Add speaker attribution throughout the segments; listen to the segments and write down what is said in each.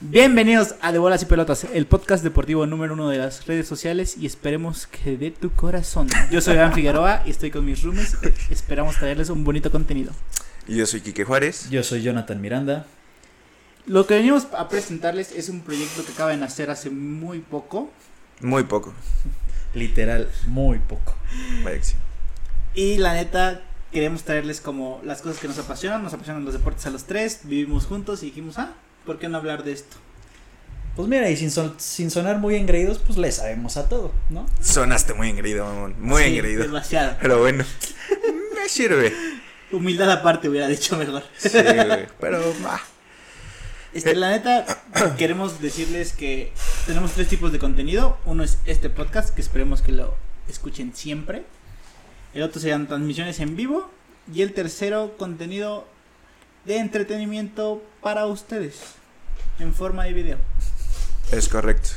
Speaker 1: Bienvenidos a De Bolas y Pelotas, el podcast deportivo número uno de las redes sociales y esperemos que de tu corazón. Yo soy Iván Figueroa y estoy con mis roomies. Esperamos traerles un bonito contenido.
Speaker 2: Y yo soy Quique Juárez.
Speaker 3: Yo soy Jonathan Miranda.
Speaker 1: Lo que venimos a presentarles es un proyecto que acaba de nacer hace muy poco
Speaker 2: Muy poco.
Speaker 3: Literal, muy poco.
Speaker 2: Vaya que sí.
Speaker 1: y la neta queremos traerles como las cosas que nos apasionan. Nos apasionan los deportes a los tres, vivimos juntos y dijimos, ah, ¿por qué no hablar de esto?
Speaker 3: Pues mira, y sin, son- sin sonar muy engreídos, pues le sabemos a todo, ¿no?
Speaker 2: Sonaste muy engreído, mamón. Muy
Speaker 1: Sí,
Speaker 2: engreído.
Speaker 1: Demasiado.
Speaker 2: Pero bueno, me sirve.
Speaker 1: Humildad aparte hubiera dicho mejor.
Speaker 2: Sí, güey. Pero, va.
Speaker 1: Este, la neta, queremos decirles que tenemos tres tipos de contenido. Uno es este podcast, que esperemos que lo escuchen siempre. El otro serían transmisiones en vivo. Y el tercero, contenido de entretenimiento para ustedes, en forma de video.
Speaker 2: Es correcto.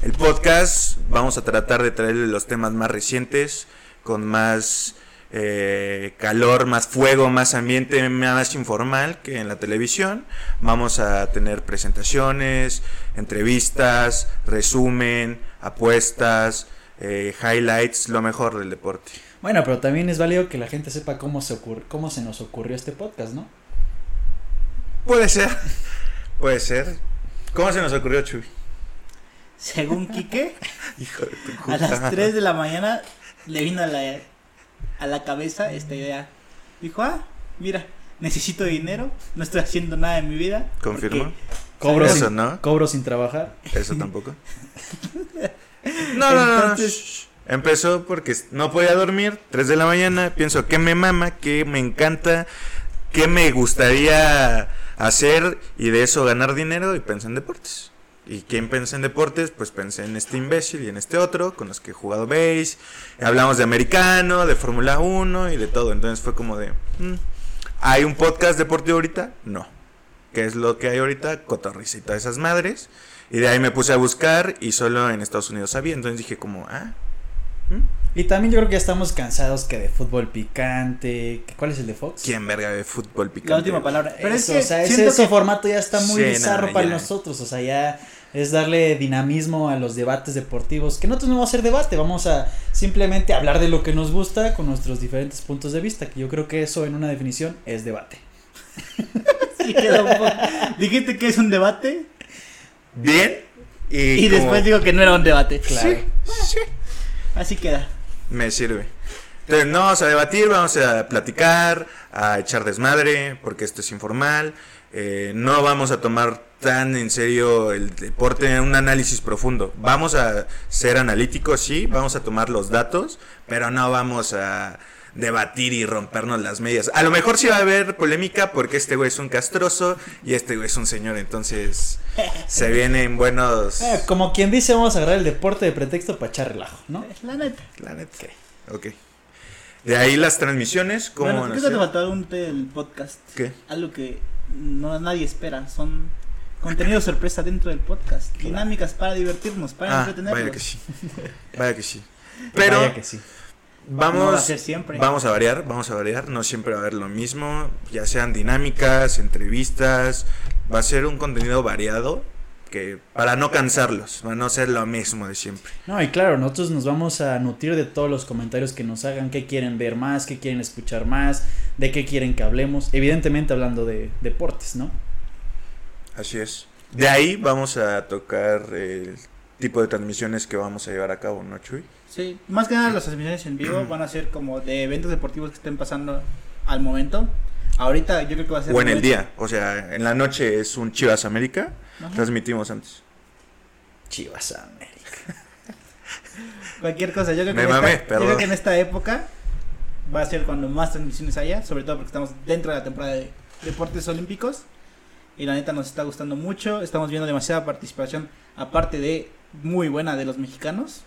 Speaker 2: El podcast, vamos a tratar de traerle los temas más recientes, con más eh, calor, más fuego, más ambiente, más informal que en la televisión. Vamos a tener presentaciones, entrevistas, resumen, apuestas, eh, highlights, lo mejor del deporte.
Speaker 3: Bueno, pero también es válido que la gente sepa cómo se, ocur- cómo se nos ocurrió este podcast, ¿no?
Speaker 2: Puede ser, puede ser. ¿Cómo se nos ocurrió, Chuy?
Speaker 1: Según Quique,
Speaker 2: Hijo de tu
Speaker 1: a
Speaker 2: puta
Speaker 1: las
Speaker 2: madre.
Speaker 1: 3 de la mañana le vino a la, a la cabeza esta idea. Dijo, ah, mira, necesito dinero, no estoy haciendo nada en mi vida. porque
Speaker 2: Confirmo.
Speaker 3: Cobro,
Speaker 2: Eso,
Speaker 3: sin,
Speaker 2: ¿no?
Speaker 3: cobro sin trabajar.
Speaker 2: Eso tampoco. No, no, no, no.
Speaker 1: Entonces-
Speaker 2: Empezó porque no podía dormir, 3 de la mañana, pienso que me mama, que me encanta, que me gustaría hacer y de eso ganar dinero y pensé en deportes. ¿Y quién pensé en deportes? Pues pensé en este imbécil y en este otro, con los que he jugado base, hablamos de americano, de Fórmula 1 y de todo. Entonces fue como de, mm, ¿hay un podcast deportivo ahorita? No. ¿Qué es lo que hay ahorita? Cotorricita de esas madres. Y de ahí me puse a buscar y solo en Estados Unidos había. Entonces dije como, ah,
Speaker 3: Y también yo creo que ya estamos cansados que de fútbol picante. que- ¿Cuál es el de Fox?
Speaker 2: ¿quién verga de fútbol picante?
Speaker 1: La última palabra. Pero
Speaker 3: Pero
Speaker 1: es que
Speaker 3: o sea, ese,
Speaker 1: siento
Speaker 3: ese
Speaker 1: que-
Speaker 3: formato ya está muy
Speaker 2: Sí, no,
Speaker 3: bizarro
Speaker 2: ya.
Speaker 3: para nosotros. O sea, ya es darle dinamismo a los debates deportivos. Que nosotros no vamos a hacer debate, vamos a simplemente hablar de lo que nos gusta con nuestros diferentes puntos de vista. Que yo creo que eso en una definición es debate.
Speaker 1: Sí, quedó un poco- Dijiste que es un debate
Speaker 2: Bien. Y,
Speaker 1: y
Speaker 2: como-
Speaker 1: después digo que no era un debate.
Speaker 3: Claro.
Speaker 2: Sí,
Speaker 1: Así queda.
Speaker 2: me sirve. Entonces, no vamos a debatir, vamos a platicar, a echar desmadre, porque esto es informal. Eh, no vamos a tomar tan en serio el deporte, un análisis profundo. Vamos a ser analíticos, sí, vamos a tomar los datos, pero no vamos a debatir y rompernos las medias. A lo mejor sí va a haber polémica porque este güey es un castroso y este güey es un señor, entonces se vienen buenos...
Speaker 3: Eh, como quien dice, vamos a agarrar el deporte de pretexto para echar relajo, ¿no?
Speaker 1: La neta.
Speaker 2: La neta. Ok. De ahí las transmisiones, ¿cómo
Speaker 1: Bueno,
Speaker 2: van a
Speaker 1: creo que te
Speaker 2: ser?
Speaker 1: faltó un del podcast.
Speaker 2: ¿Qué?
Speaker 1: Algo que no nadie espera. Son contenido sorpresa dentro del podcast. Dinámicas para divertirnos, para
Speaker 2: Ah,
Speaker 1: entretenernos. Pues
Speaker 2: vaya que sí. Vaya que sí. Pero
Speaker 3: Vaya que sí.
Speaker 1: No va a
Speaker 2: vamos,
Speaker 1: ser siempre.
Speaker 2: vamos a variar, vamos a variar. No siempre va a haber lo mismo. Ya sean dinámicas, entrevistas. Va a ser un contenido variado que para no cansarlos, para no ser lo mismo de siempre.
Speaker 3: No, y claro, nosotros nos vamos a nutrir de todos los comentarios que nos hagan, qué quieren ver más, qué quieren escuchar más, de qué quieren que hablemos. Evidentemente hablando de deportes, ¿no?
Speaker 2: Así es. De ahí vamos a tocar el tipo de transmisiones que vamos a llevar a cabo, ¿no, Chuy?
Speaker 1: Sí. Más que nada las transmisiones en
Speaker 2: Mm.
Speaker 1: vivo van a ser como de eventos deportivos que estén pasando al momento. Ahorita yo creo que va a ser...
Speaker 2: O en el
Speaker 1: momento-
Speaker 2: día. O sea, en la noche es un Chivas América.
Speaker 1: Ajá.
Speaker 2: Transmitimos antes.
Speaker 3: Chivas América.
Speaker 1: Cualquier cosa, yo creo,
Speaker 2: Me
Speaker 1: que en
Speaker 2: mamé,
Speaker 1: esta, yo
Speaker 2: perdón.
Speaker 1: creo que en esta época va a ser cuando más transmisiones haya, sobre todo porque estamos dentro de la temporada de deportes olímpicos y la neta nos está gustando mucho, estamos viendo demasiada participación, aparte de muy buena de los mexicanos,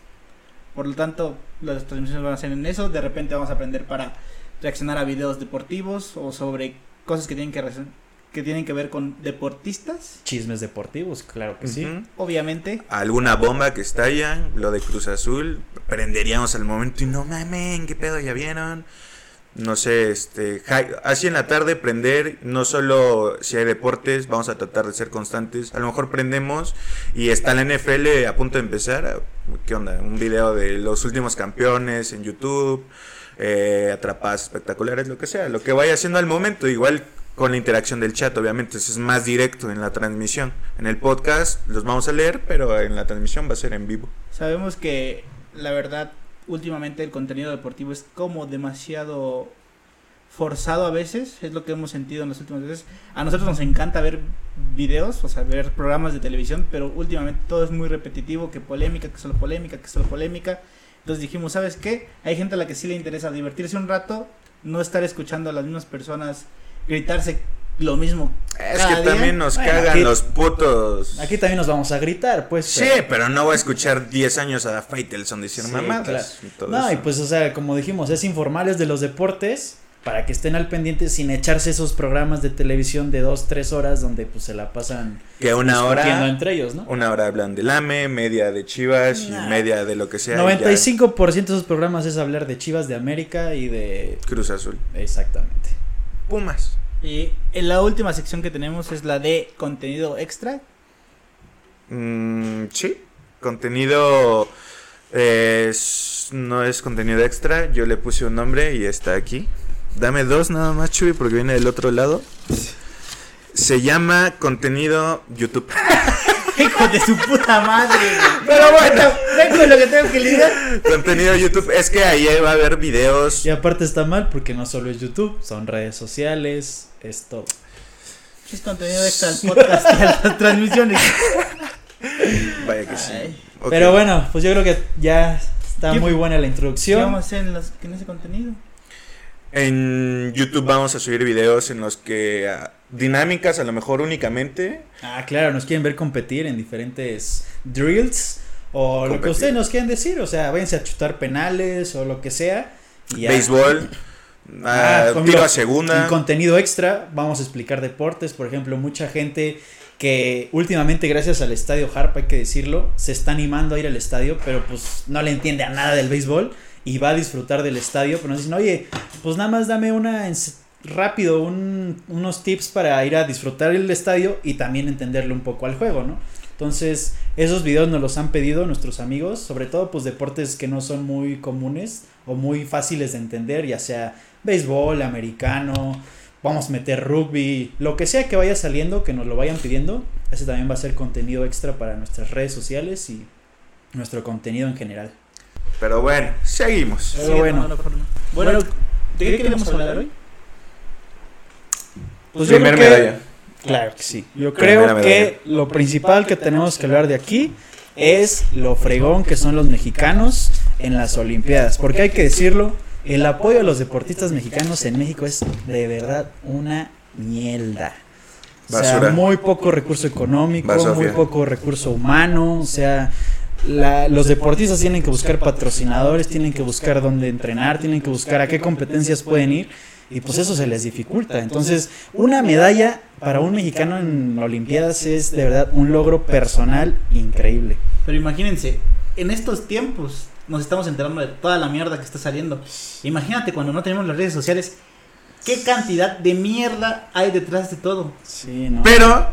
Speaker 1: por lo tanto las transmisiones van a ser en eso, de repente vamos a aprender para reaccionar a videos deportivos o sobre cosas que tienen que, re- que, tienen que ver con deportistas,
Speaker 3: Chismes deportivos, claro que sí.
Speaker 2: Ujú.
Speaker 1: obviamente.
Speaker 2: Alguna bomba que estalla, lo de Cruz Azul, prenderíamos al momento y no mamen, qué pedo, ya vieron. no sé, este, hi- así en la tarde prender, no solo si hay deportes, vamos a tratar de ser constantes. A lo mejor prendemos y está la NFL a punto de empezar. ¿Qué onda? Un video de los últimos campeones en YouTube, eh, atrapadas espectaculares, lo que sea, lo que vaya haciendo al momento, igual con la interacción del chat, obviamente, eso es más directo en la transmisión. En el podcast los vamos a leer, pero en la transmisión va a ser en vivo.
Speaker 1: Sabemos que la verdad últimamente el contenido deportivo es como demasiado forzado a veces, es lo que hemos sentido en las últimas veces. A nosotros nos encanta ver videos, o sea, ver programas de televisión, pero últimamente todo es muy repetitivo, que polémica, que solo polémica, que solo polémica. Entonces dijimos, ¿sabes qué? Hay gente a la que sí le interesa divertirse un rato, no estar escuchando a las mismas personas gritarse lo mismo.
Speaker 2: Es
Speaker 1: cada
Speaker 2: que
Speaker 1: día.
Speaker 2: también nos
Speaker 3: Ah, Bueno,
Speaker 2: cagan
Speaker 3: aquí-
Speaker 2: los putos.
Speaker 3: Aquí también nos vamos a gritar, pues.
Speaker 2: Sí,
Speaker 3: pero-
Speaker 2: pero no voy a escuchar 10 años a Faitelson diciendo
Speaker 3: Sí,
Speaker 2: mamadas.
Speaker 3: claro.
Speaker 2: y todo
Speaker 3: No, y
Speaker 2: eso.
Speaker 3: pues, o sea, como dijimos, es informales de los deportes para que estén al pendiente sin echarse esos programas de televisión de dos, tres horas donde pues se la pasan
Speaker 2: que una
Speaker 3: discutiendo
Speaker 2: hora,
Speaker 3: entre ellos, ¿no?
Speaker 2: una hora hablan del AME, media de Chivas
Speaker 3: Nah.
Speaker 2: y media de lo que sea. y ya
Speaker 3: 95% de esos programas es hablar de Chivas de América y de...
Speaker 2: Cruz Azul.
Speaker 3: Exactamente.
Speaker 2: Pumas.
Speaker 1: Y en la última sección que tenemos es la de contenido extra,
Speaker 2: Mm, sí, contenido eh, es- no es contenido extra. Yo le puse un nombre y está aquí. Dame dos nada más, Chuy, porque viene del otro lado. Se llama contenido YouTube.
Speaker 1: Hijo de su puta madre. Pero bueno, vengo con lo que tengo que lidiar.
Speaker 2: contenido YouTube. Es que ahí va a haber videos.
Speaker 3: Y aparte está mal porque no solo es YouTube, son redes sociales, es todo.
Speaker 1: Es contenido extra al podcast y a las transmisiones.
Speaker 2: Vaya que sí.
Speaker 1: Ay.
Speaker 2: Ok.
Speaker 3: Pero bueno, pues yo creo que ya está
Speaker 1: ¿Qué-
Speaker 3: muy buena la
Speaker 1: ¿Qué
Speaker 3: introducción.
Speaker 1: vamos a hacer en, las- en ese contenido?
Speaker 2: En YouTube vamos a subir videos en los que ah, dinámicas a lo mejor únicamente.
Speaker 3: Ah, claro, nos quieren ver competir en diferentes drills o lo que
Speaker 2: Competir.
Speaker 3: ustedes nos quieran decir, o sea, váyanse a chutar penales o lo que sea. y ya.
Speaker 2: Béisbol.
Speaker 3: Ah,
Speaker 2: ah,
Speaker 3: por
Speaker 2: tiro
Speaker 3: ejemplo,
Speaker 2: a segunda.
Speaker 3: Y contenido extra, vamos a explicar deportes, por ejemplo, mucha gente que últimamente gracias al estadio Harp, hay que decirlo, se está animando a ir al estadio, pero pues no le entiende a nada del béisbol y va a disfrutar del estadio, pero nos dicen, oye, pues nada más dame una ens- rápido, un- unos tips para ir a disfrutar el estadio y también entenderle un poco al juego, ¿no? Entonces, esos videos nos los han pedido nuestros amigos, sobre todo pues deportes que no son muy comunes o muy fáciles de entender, ya sea béisbol, americano, vamos a meter rugby, lo que sea que vaya saliendo, que nos lo vayan pidiendo, ese también va a ser contenido extra para nuestras redes sociales y nuestro contenido en general.
Speaker 2: Pero bueno, seguimos.
Speaker 3: Pero bueno.
Speaker 1: tomando la forma. Bueno,
Speaker 3: Bueno,
Speaker 1: ¿de qué, queremos hablar hoy?
Speaker 3: Pues yo
Speaker 2: Primer
Speaker 3: creo que-
Speaker 2: medalla.
Speaker 3: Claro que sí. Yo
Speaker 2: Primera
Speaker 3: creo que lo principal que tenemos que hablar de aquí es lo fregón que son los mexicanos en las Olimpiadas. Porque hay que decirlo, el apoyo a los deportistas mexicanos en México es de verdad una mierda. O sea,
Speaker 2: Basura.
Speaker 3: muy poco recurso económico,
Speaker 2: Va,
Speaker 3: muy
Speaker 2: Sofía.
Speaker 3: poco recurso humano, o sea, la- los deportistas tienen que buscar patrocinadores, tienen que buscar dónde entrenar, tienen que buscar a qué competencias pueden ir y pues eso se les dificulta. Entonces, una medalla para un mexicano en Olimpiadas es de verdad un logro personal increíble.
Speaker 1: Pero imagínense, en estos tiempos nos estamos enterando de toda la mierda que está saliendo. Imagínate cuando no tenemos las redes sociales, qué cantidad de mierda hay detrás de todo.
Speaker 3: Sí, ¿no?
Speaker 2: Pero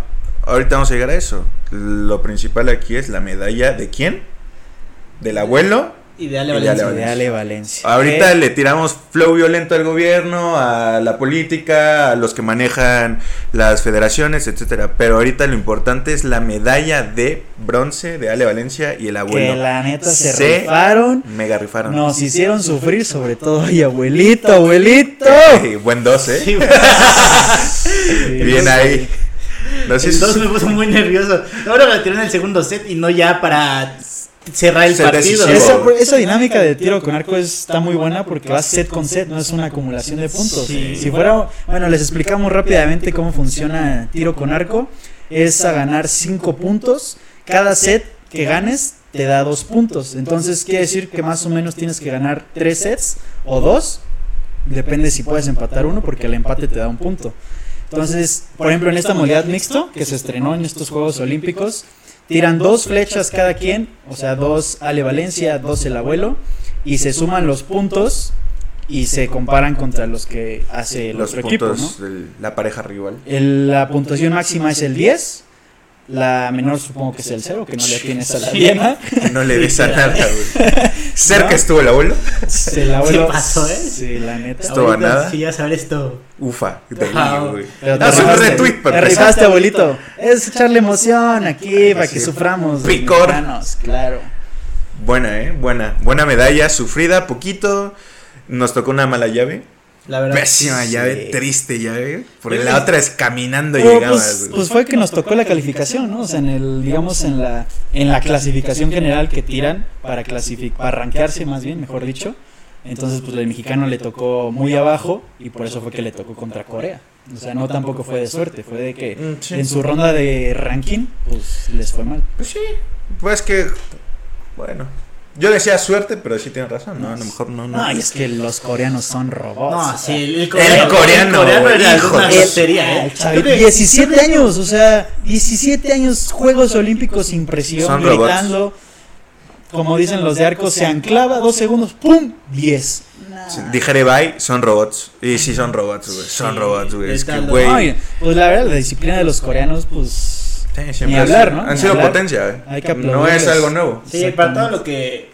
Speaker 2: ahorita vamos a llegar a eso. Lo principal aquí es la medalla de quién? Del abuelo.
Speaker 1: Ideal,
Speaker 2: Ideal,
Speaker 1: Valencia.
Speaker 2: Valencia.
Speaker 3: Dale Valencia.
Speaker 2: Ahorita
Speaker 3: Eh,
Speaker 2: le tiramos flow violento al gobierno, a la política, a los que manejan las federaciones, etcétera. Pero ahorita lo importante es la medalla de bronce de Ale Valencia y el abuelo.
Speaker 3: que la neta se,
Speaker 2: se-
Speaker 3: rifaron,
Speaker 2: Mega rifaron.
Speaker 3: nos hicieron sufrir, sobre todo y abuelito, abuelito.
Speaker 2: Sí, buen 12.
Speaker 1: Sí, güey.
Speaker 2: Bien ahí. No sé
Speaker 1: El
Speaker 2: si-
Speaker 1: 2 me puso muy nervioso. Ahora lo tiró en el segundo set y no ya para cerrar el
Speaker 2: Ser
Speaker 1: partido.
Speaker 2: decisivo.
Speaker 3: Esa, esa dinámica de tiro con arco está muy buena porque vas set con set, no es una acumulación de puntos.
Speaker 1: Sí.
Speaker 3: Si fuera, bueno, les explicamos rápidamente cómo funciona tiro con arco. Es a ganar 5 puntos. Cada set que ganes te da 2 puntos. Entonces quiere decir que más o menos tienes que ganar 3 sets o 2. Depende si puedes empatar uno porque el empate te da un punto. Entonces, por ejemplo, en esta modalidad mixto que se estrenó en estos Juegos Olímpicos, tiran dos flechas cada quien, o sea, dos Ale Valencia, dos el abuelo, y se suman los puntos y se comparan contra los que hace el
Speaker 2: los
Speaker 3: otro equipo, ¿no?
Speaker 2: puntos de la pareja rival.
Speaker 3: El- la puntuación máxima es el 10. La menor supongo que es el 0, que no le tienes a la diana.
Speaker 2: Que No le des a nada, güey. Cerca estuvo el abuelo.
Speaker 3: Se la
Speaker 1: Se
Speaker 3: vuelo-
Speaker 1: pasó, ¿eh?
Speaker 3: Sí, la neta.
Speaker 2: Esto va
Speaker 1: Ahorita,
Speaker 2: nada.
Speaker 1: Si ya saber esto.
Speaker 2: Ufa. de
Speaker 1: Ajá.
Speaker 2: niño, güey.
Speaker 3: Pero
Speaker 2: Haz Ah, un
Speaker 3: rifaste.
Speaker 2: retweet para
Speaker 3: Te
Speaker 2: empezar.
Speaker 3: rifaste, abuelito. Es echarle emoción aquí para que
Speaker 2: Sí.
Speaker 3: suframos.
Speaker 2: Picor.
Speaker 3: mexicanos, Claro.
Speaker 2: Buena, eh. Buena. Buena medalla, sufrida, poquito. Nos tocó una mala llave.
Speaker 1: La verdad.
Speaker 2: Pésima
Speaker 3: sí.
Speaker 2: llave, triste llave. Porque
Speaker 1: Pero
Speaker 2: la
Speaker 1: pues-
Speaker 2: otra es caminando
Speaker 3: Pero,
Speaker 2: llegabas,
Speaker 3: pues,
Speaker 2: güey.
Speaker 3: pues fue que nos tocó la calificación, ¿no? O sea, en el, digamos, en la, en la clasificación general que tiran para clasificar, para rankearse más bien, mejor dicho. Entonces, pues el mexicano le tocó muy abajo y por eso fue que le tocó contra Corea. O sea, no tampoco fue de suerte, fue de que
Speaker 2: Mm, sí.
Speaker 3: en su ronda de ranking, pues les fue mal.
Speaker 2: Pues sí. Pues que. Bueno. Yo decía suerte, pero sí tienes razón. No, a lo mejor no. no.
Speaker 3: No, y es que los coreanos son robots. o
Speaker 1: No,
Speaker 3: sea,
Speaker 1: sí, el, el coreano. el
Speaker 2: coreano,
Speaker 1: coreano
Speaker 2: güey,
Speaker 1: era
Speaker 2: hijo
Speaker 1: una
Speaker 2: de-
Speaker 1: lotería, ¿eh?
Speaker 3: el chavi- 17 años, o sea, 17 años, Juegos Olímpicos sin presión,
Speaker 2: Son robots.
Speaker 3: gritando. Como dicen los de arco, se anclava, dos segundos, ¡pum! 10.
Speaker 2: Sí, Dijere bye, son robots. Y sí, son robots, güey. Son
Speaker 1: Sí,
Speaker 2: robots, güey. Es que,
Speaker 1: están
Speaker 2: güey.
Speaker 3: Ay, pues la verdad, la disciplina de los coreanos, pues.
Speaker 2: sí,
Speaker 3: ni
Speaker 2: siempre han
Speaker 3: hablar,
Speaker 2: sido-
Speaker 3: ¿no?
Speaker 2: Han
Speaker 3: Ni
Speaker 2: sido
Speaker 3: hablar.
Speaker 2: potencia, güey.
Speaker 3: Hay que
Speaker 2: No es
Speaker 3: aplaudirles.
Speaker 2: algo nuevo.
Speaker 1: Sí, para todo lo que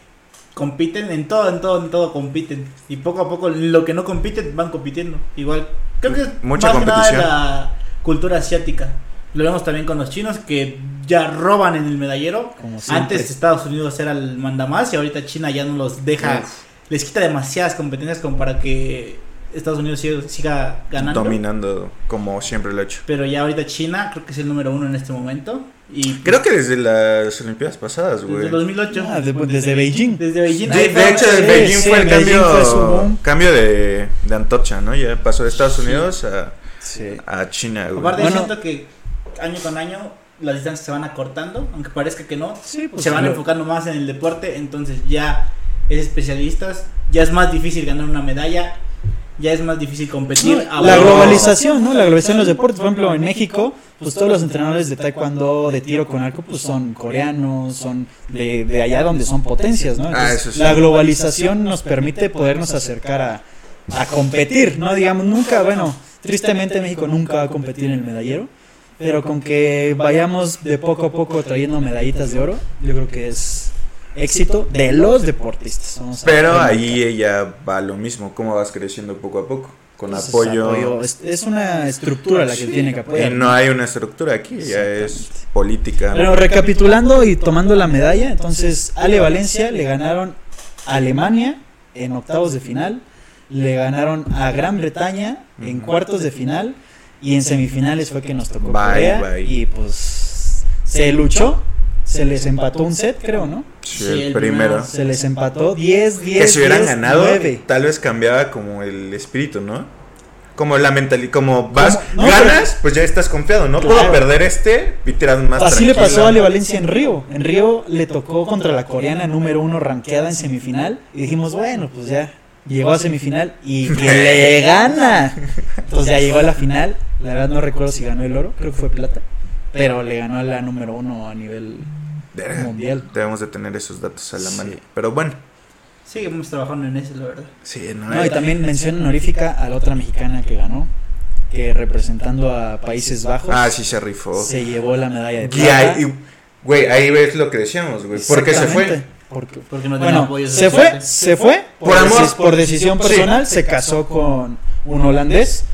Speaker 1: compiten, en todo, en todo, en todo compiten. Y poco a poco lo que no compiten van compitiendo. Igual, creo que es
Speaker 2: Mucha
Speaker 1: más que nada
Speaker 2: competición.
Speaker 1: la cultura asiática. Lo vemos también con los chinos que ya roban en el medallero.
Speaker 3: Como siempre.
Speaker 1: Antes Estados Unidos era el mandamás y ahorita China ya no los deja,
Speaker 2: Uf.
Speaker 1: les quita demasiadas competencias como para que Estados Unidos siga, siga ganando.
Speaker 2: Dominando como siempre lo ha hecho.
Speaker 1: Pero ya ahorita China creo que es el número uno en este momento. Y
Speaker 2: Creo que desde las Olimpiadas pasadas,
Speaker 1: desde
Speaker 2: güey.
Speaker 1: el 2008.
Speaker 3: Ah, de- desde Beijing.
Speaker 1: Desde Beijing.
Speaker 2: De, de hecho,
Speaker 3: Sí,
Speaker 2: en Beijing
Speaker 3: sí,
Speaker 2: fue el
Speaker 3: Beijing
Speaker 2: cambio,
Speaker 3: fue su boom.
Speaker 2: cambio de, de antorcha, ¿no? Ya pasó de Estados Unidos a,
Speaker 3: Sí.
Speaker 2: a China, güey.
Speaker 1: Aparte
Speaker 3: Bueno.
Speaker 1: siento que año con año las distancias se van acortando, aunque parezca que no,
Speaker 3: Sí, pues,
Speaker 1: se van
Speaker 3: lo-
Speaker 1: enfocando más en el deporte, entonces ya es especialistas, ya es más difícil ganar una medalla, ya es más difícil competir.
Speaker 3: No,
Speaker 1: a
Speaker 3: la
Speaker 1: huevo.
Speaker 3: globalización, ¿no? La globalización de los deportes. Por ejemplo, en México, pues todos los entrenadores de taekwondo, de tiro con arco, pues son coreanos, son de, de allá donde son potencias, ¿no? Entonces,
Speaker 2: Ah, eso sí.
Speaker 3: La globalización nos permite podernos acercar a, a competir, ¿no? Digamos, nunca, bueno, tristemente México nunca va a competir en el medallero, pero con que vayamos de poco a poco trayendo medallitas de oro, yo creo que es éxito de los deportistas. vamos a
Speaker 2: Pero
Speaker 3: remarcar.
Speaker 2: ahí ella va a lo mismo, cómo vas creciendo poco a poco, con
Speaker 3: Entonces,
Speaker 2: apoyo.
Speaker 3: Es, es una estructura la que tiene que
Speaker 2: Eh,
Speaker 3: apoyar.
Speaker 2: no hay una estructura aquí, ya es
Speaker 3: Exactamente.
Speaker 2: política.
Speaker 3: Pero recapitulando y tomando la medalla, entonces Ale Valencia le ganaron a Alemania en octavos de final, le ganaron a Gran Bretaña en
Speaker 2: Ujú.
Speaker 3: cuartos de final y en semifinales fue que nos
Speaker 2: Bye,
Speaker 3: tocó Corea
Speaker 2: bye.
Speaker 3: y pues se luchó, se les empató un set creo, ¿no?
Speaker 2: Sí,
Speaker 1: Sí,
Speaker 2: el
Speaker 1: el
Speaker 2: primero.
Speaker 1: primero.
Speaker 3: Se les empató 10, 10,
Speaker 2: que si hubieran
Speaker 3: 10,
Speaker 2: ganado,
Speaker 3: 9.
Speaker 2: tal vez cambiaba como el espíritu, ¿no? Como la mentalidad, como vas,
Speaker 3: No,
Speaker 2: ganas, pues ya estás confiado, ¿no? Puedo
Speaker 3: Claro.
Speaker 2: perder este y tiras más
Speaker 3: Así le
Speaker 2: tranquilo.
Speaker 3: pasó a Ale Valencia en Río. En Río le tocó contra la coreana número uno ranqueada en semifinal. Y dijimos, bueno, pues ya llegó a semifinal y que le gana. Entonces ya llegó a la final. La verdad no recuerdo si ganó el oro, creo que fue plata. Pero le ganó a la número uno a nivel
Speaker 2: Verga,
Speaker 3: mundial.
Speaker 2: Debemos de tener esos datos a la
Speaker 3: Sí.
Speaker 2: mano. Pero bueno,
Speaker 1: Sí, hemos trabajado en eso, la verdad.
Speaker 2: sí, no,
Speaker 3: No, y también mención honorífica a la otra mexicana que ganó, que representando a Países Bajos
Speaker 2: Ah, sí se rifó.
Speaker 3: se llevó la medalla de
Speaker 2: Y
Speaker 3: plata.
Speaker 2: ahí- y- Güey, ahí ves lo que decíamos, güey. Porque se fue.
Speaker 3: Exactamente. Porque
Speaker 1: Porque no tienen
Speaker 3: Bueno,
Speaker 1: apoyos de
Speaker 3: se fue,
Speaker 1: suerte.
Speaker 3: se fue
Speaker 2: Por
Speaker 3: deci-
Speaker 2: amor.
Speaker 3: por decisión
Speaker 2: Sí.
Speaker 3: personal, se casó con un holandés,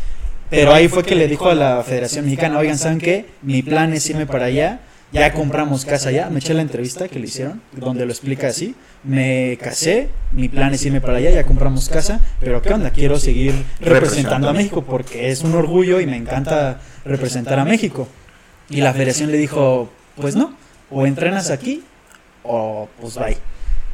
Speaker 3: pero ahí fue que le dijo a la Federación Mexicana, oigan, ¿saben qué? Mi plan es irme para allá, ya compramos casa allá, me eché la entrevista que le hicieron, donde lo explica así, me casé, mi plan es irme para allá, ya compramos casa, pero ¿qué onda? Quiero seguir representando a México porque es un orgullo y me encanta representar a México. Y la Federación le dijo, pues no, o entrenas aquí o pues bye.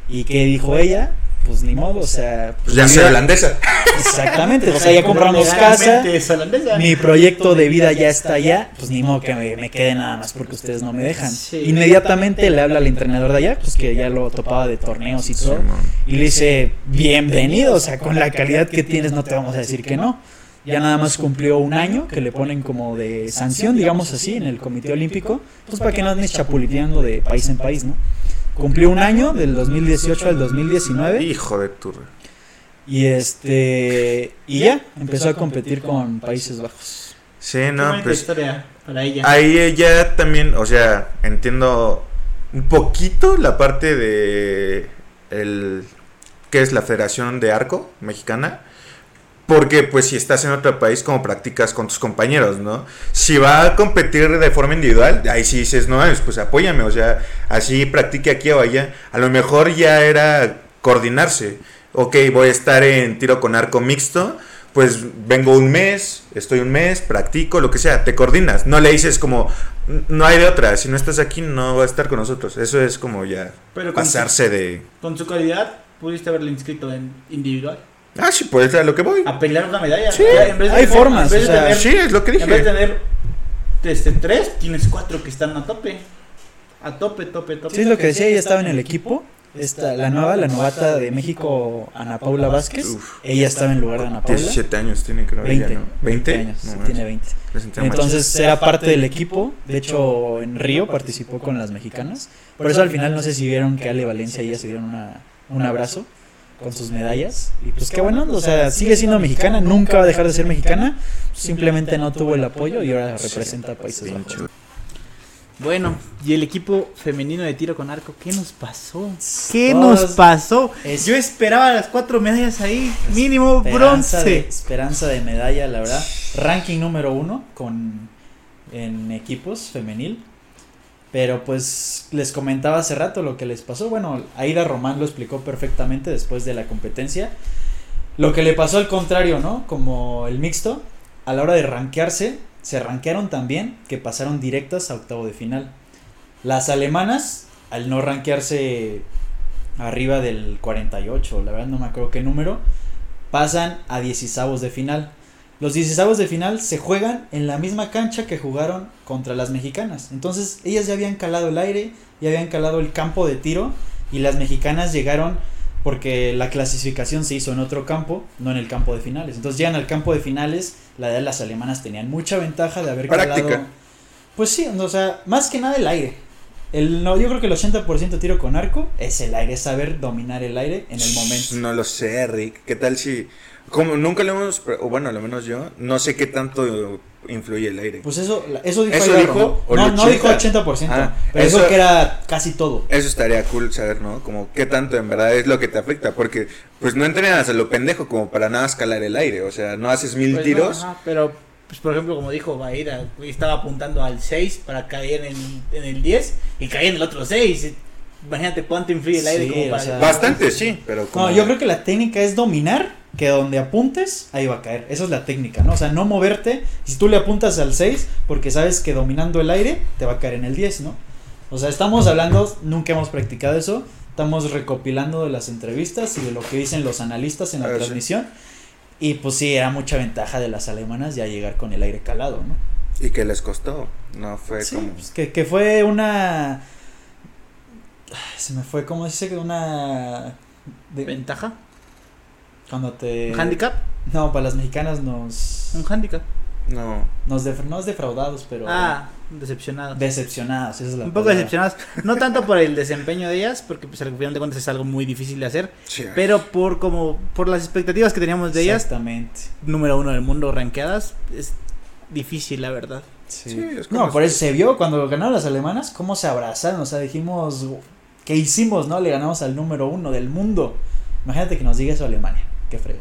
Speaker 3: ¿Y qué dijo ella? Pues ni modo, o sea,
Speaker 2: Pues ya soy holandesa.
Speaker 3: exactamente, o sea, ya compramos casa,
Speaker 1: Legalmente es holandesa.
Speaker 3: mi proyecto de vida ya está allá, pues ni modo que me, me quede nada más porque ustedes no me dejan.
Speaker 1: Sí.
Speaker 3: Inmediatamente le habla al entrenador de allá, pues que ya lo topaba de torneos y todo, y le dice, bienvenido, o sea, con la calidad que tienes no te vamos a decir que no. Ya nada más cumplió un año que le ponen como de sanción, digamos así, en el Comité Olímpico, pues para que no andes chapulineando de país en país, ¿no? Cumplió un año del 2018 al 2019.
Speaker 2: Hijo de tu.
Speaker 3: Y este y ya empezó a competir con Países Bajos.
Speaker 2: Sí,
Speaker 1: Qué
Speaker 2: no,
Speaker 1: bonita
Speaker 2: pues
Speaker 1: historia para ella.
Speaker 2: ahí ella también, o sea, entiendo un poquito la parte de el que es la Federación de Arco Mexicana, porque pues si estás en otro país como practicas con tus compañeros, ¿no? Si va a competir de forma individual, ahí sí dices, no, pues, pues apóyame, o sea, así practique aquí o allá. A lo mejor ya era coordinarse. Ok, voy a estar en tiro con arco mixto, pues vengo un mes, estoy un mes, practico, lo que sea, te coordinas. No le dices como, no hay de otra, si no estás aquí no va a estar con nosotros. Eso es como ya
Speaker 1: Pero con, su,
Speaker 2: pasarse de...
Speaker 1: con su calidad pudiste haberlo inscrito en individual.
Speaker 2: Ah, sí, pues a lo que voy.
Speaker 1: A pelear una medalla.
Speaker 2: Sí.
Speaker 1: Ya, en vez de
Speaker 3: Hay
Speaker 1: tener-
Speaker 3: formas,
Speaker 1: En vez
Speaker 3: o
Speaker 1: de
Speaker 3: sea,
Speaker 1: tener,
Speaker 2: Sí, es lo que
Speaker 1: en vez de
Speaker 2: dije.
Speaker 1: tener este, tres, tienes cuatro que están a tope. A tope, tope, tope.
Speaker 3: Sí, es lo que decía, ella estaba en el equipo. Esta, la nueva, la novata de México, Ana Paula Vázquez.
Speaker 2: Uf.
Speaker 3: Ella estaba en lugar de Ana Paula.
Speaker 2: 17 años tiene, creo.
Speaker 3: 20,
Speaker 2: ella, ¿no? 20
Speaker 3: años,
Speaker 2: No
Speaker 3: sí,
Speaker 2: manches,
Speaker 3: tiene 20.
Speaker 2: le sentía mal.
Speaker 3: Entonces era parte del equipo. De hecho, en Río participó con las mexicanas. Por eso al final no sé si vieron que Ale Valencia y ella se dieron una, un abrazo con sus medallas. Y pues qué bueno, o sea, sigue siendo mexicana, nunca va a dejar de ser mexicana. Simplemente no tuvo el apoyo y ahora representa a Países
Speaker 2: Bien
Speaker 3: Bajos.
Speaker 2: chulo.
Speaker 4: Bueno, y el equipo femenino de tiro con arco, ¿qué nos pasó?
Speaker 3: ¿Qué
Speaker 4: ¿Qué
Speaker 3: nos
Speaker 4: nos pasó?
Speaker 3: Es-
Speaker 4: Yo esperaba las cuatro medallas ahí, mínimo
Speaker 3: Esperanza de,
Speaker 4: bronce.
Speaker 3: esperanza de medalla, la verdad. Ranking número uno con, en equipos femenil. Pero pues les comentaba hace rato lo que les pasó. Bueno, Aida Román lo explicó perfectamente después de la competencia. Lo que le pasó al contrario, ¿no? Como el mixto, a la hora de rankearse, se rankearon tan bien que pasaron directas a octavo de final. Las alemanas, al no rankearse arriba del 48, la verdad no me acuerdo qué número, pasan a 16 de final. Los 16 de final se juegan en la misma cancha que jugaron contra las mexicanas. Entonces, ellas ya habían calado el aire, ya habían calado el campo de tiro y las mexicanas llegaron porque la clasificación se hizo en otro campo, no en el campo de finales. Entonces, llegan al campo de finales, la de las alemanas tenían mucha ventaja de haber
Speaker 2: Práctica.
Speaker 3: calado. Pues sí, o sea, más que nada el aire. El, no, yo creo que el 80% de tiro con arco es el aire, es saber dominar el aire en el momento.
Speaker 2: No lo sé, Rick. ¿Qué tal si.? Como nunca lo hemos. O bueno, al menos yo. No sé qué tanto influye el aire.
Speaker 3: Pues eso, la- eso dijo.
Speaker 2: ¿Eso
Speaker 3: Aida
Speaker 2: dijo
Speaker 3: Román.
Speaker 2: o
Speaker 3: No,
Speaker 2: el
Speaker 3: no dijo
Speaker 2: 80?
Speaker 3: 80%.
Speaker 2: Ah,
Speaker 3: pero
Speaker 2: eso-
Speaker 3: dijo que era casi todo.
Speaker 2: Eso estaría cool saber, ¿no? Como qué tanto en verdad es lo que te afecta. Porque, pues no entrenas a lo pendejo como para nada escalar el aire. O sea, no haces mil
Speaker 1: Pues no,
Speaker 2: tiros.
Speaker 1: ajá, pero, pues, por ejemplo, como dijo Baira, güey, estaba apuntando al 6 para caer en, en el 10 y caer en el otro 6. Imagínate cuánto influye el aire
Speaker 3: Sí,
Speaker 1: como
Speaker 3: o
Speaker 1: para-
Speaker 3: sea,
Speaker 2: Bastante, sí, pero como.
Speaker 3: No, yo creo que la técnica es dominar, que donde apuntes, ahí va a caer. Esa es la técnica, ¿no? O sea, no moverte. Si tú le apuntas al 6, porque sabes que dominando el aire, te va a caer en el 10, ¿no? O sea, estamos hablando, nunca hemos practicado eso. Estamos recopilando de las entrevistas y de lo que dicen los analistas en la
Speaker 2: Ah, sí.
Speaker 3: transmisión. Y pues sí, era mucha ventaja de las alemanas ya llegar con el aire calado, ¿no?
Speaker 2: Y que les costó. No fue
Speaker 3: Sí,
Speaker 2: como.
Speaker 3: pues, que, que fue una. Ay, Se me fue, ¿cómo se dice? Una. de-
Speaker 4: ¿Ventaja?
Speaker 3: cuando te.
Speaker 4: ¿Un handicap?
Speaker 3: No, para las mexicanas nos.
Speaker 4: ¿Un handicap?
Speaker 2: No.
Speaker 3: Nos def- no es defraudados, pero.
Speaker 4: Ah, decepcionado.
Speaker 3: Decepcionados, esa es la
Speaker 4: Un poco
Speaker 3: palabra.
Speaker 4: decepcionados, no tanto por el desempeño de ellas, porque pues al final de cuentas es algo muy difícil de hacer,
Speaker 2: Sí.
Speaker 4: pero por como por las expectativas que teníamos de ellas,
Speaker 3: Exactamente.
Speaker 4: número uno del mundo rankeadas, es difícil la verdad.
Speaker 3: Sí.
Speaker 2: Sí, es como-
Speaker 3: no, por eso se vio cuando ganaron las alemanas, cómo se abrazaron. O sea, dijimos. ¿Qué hicimos, no? Le ganamos al número uno del mundo. Imagínate que nos diga eso Alemania. Qué frego.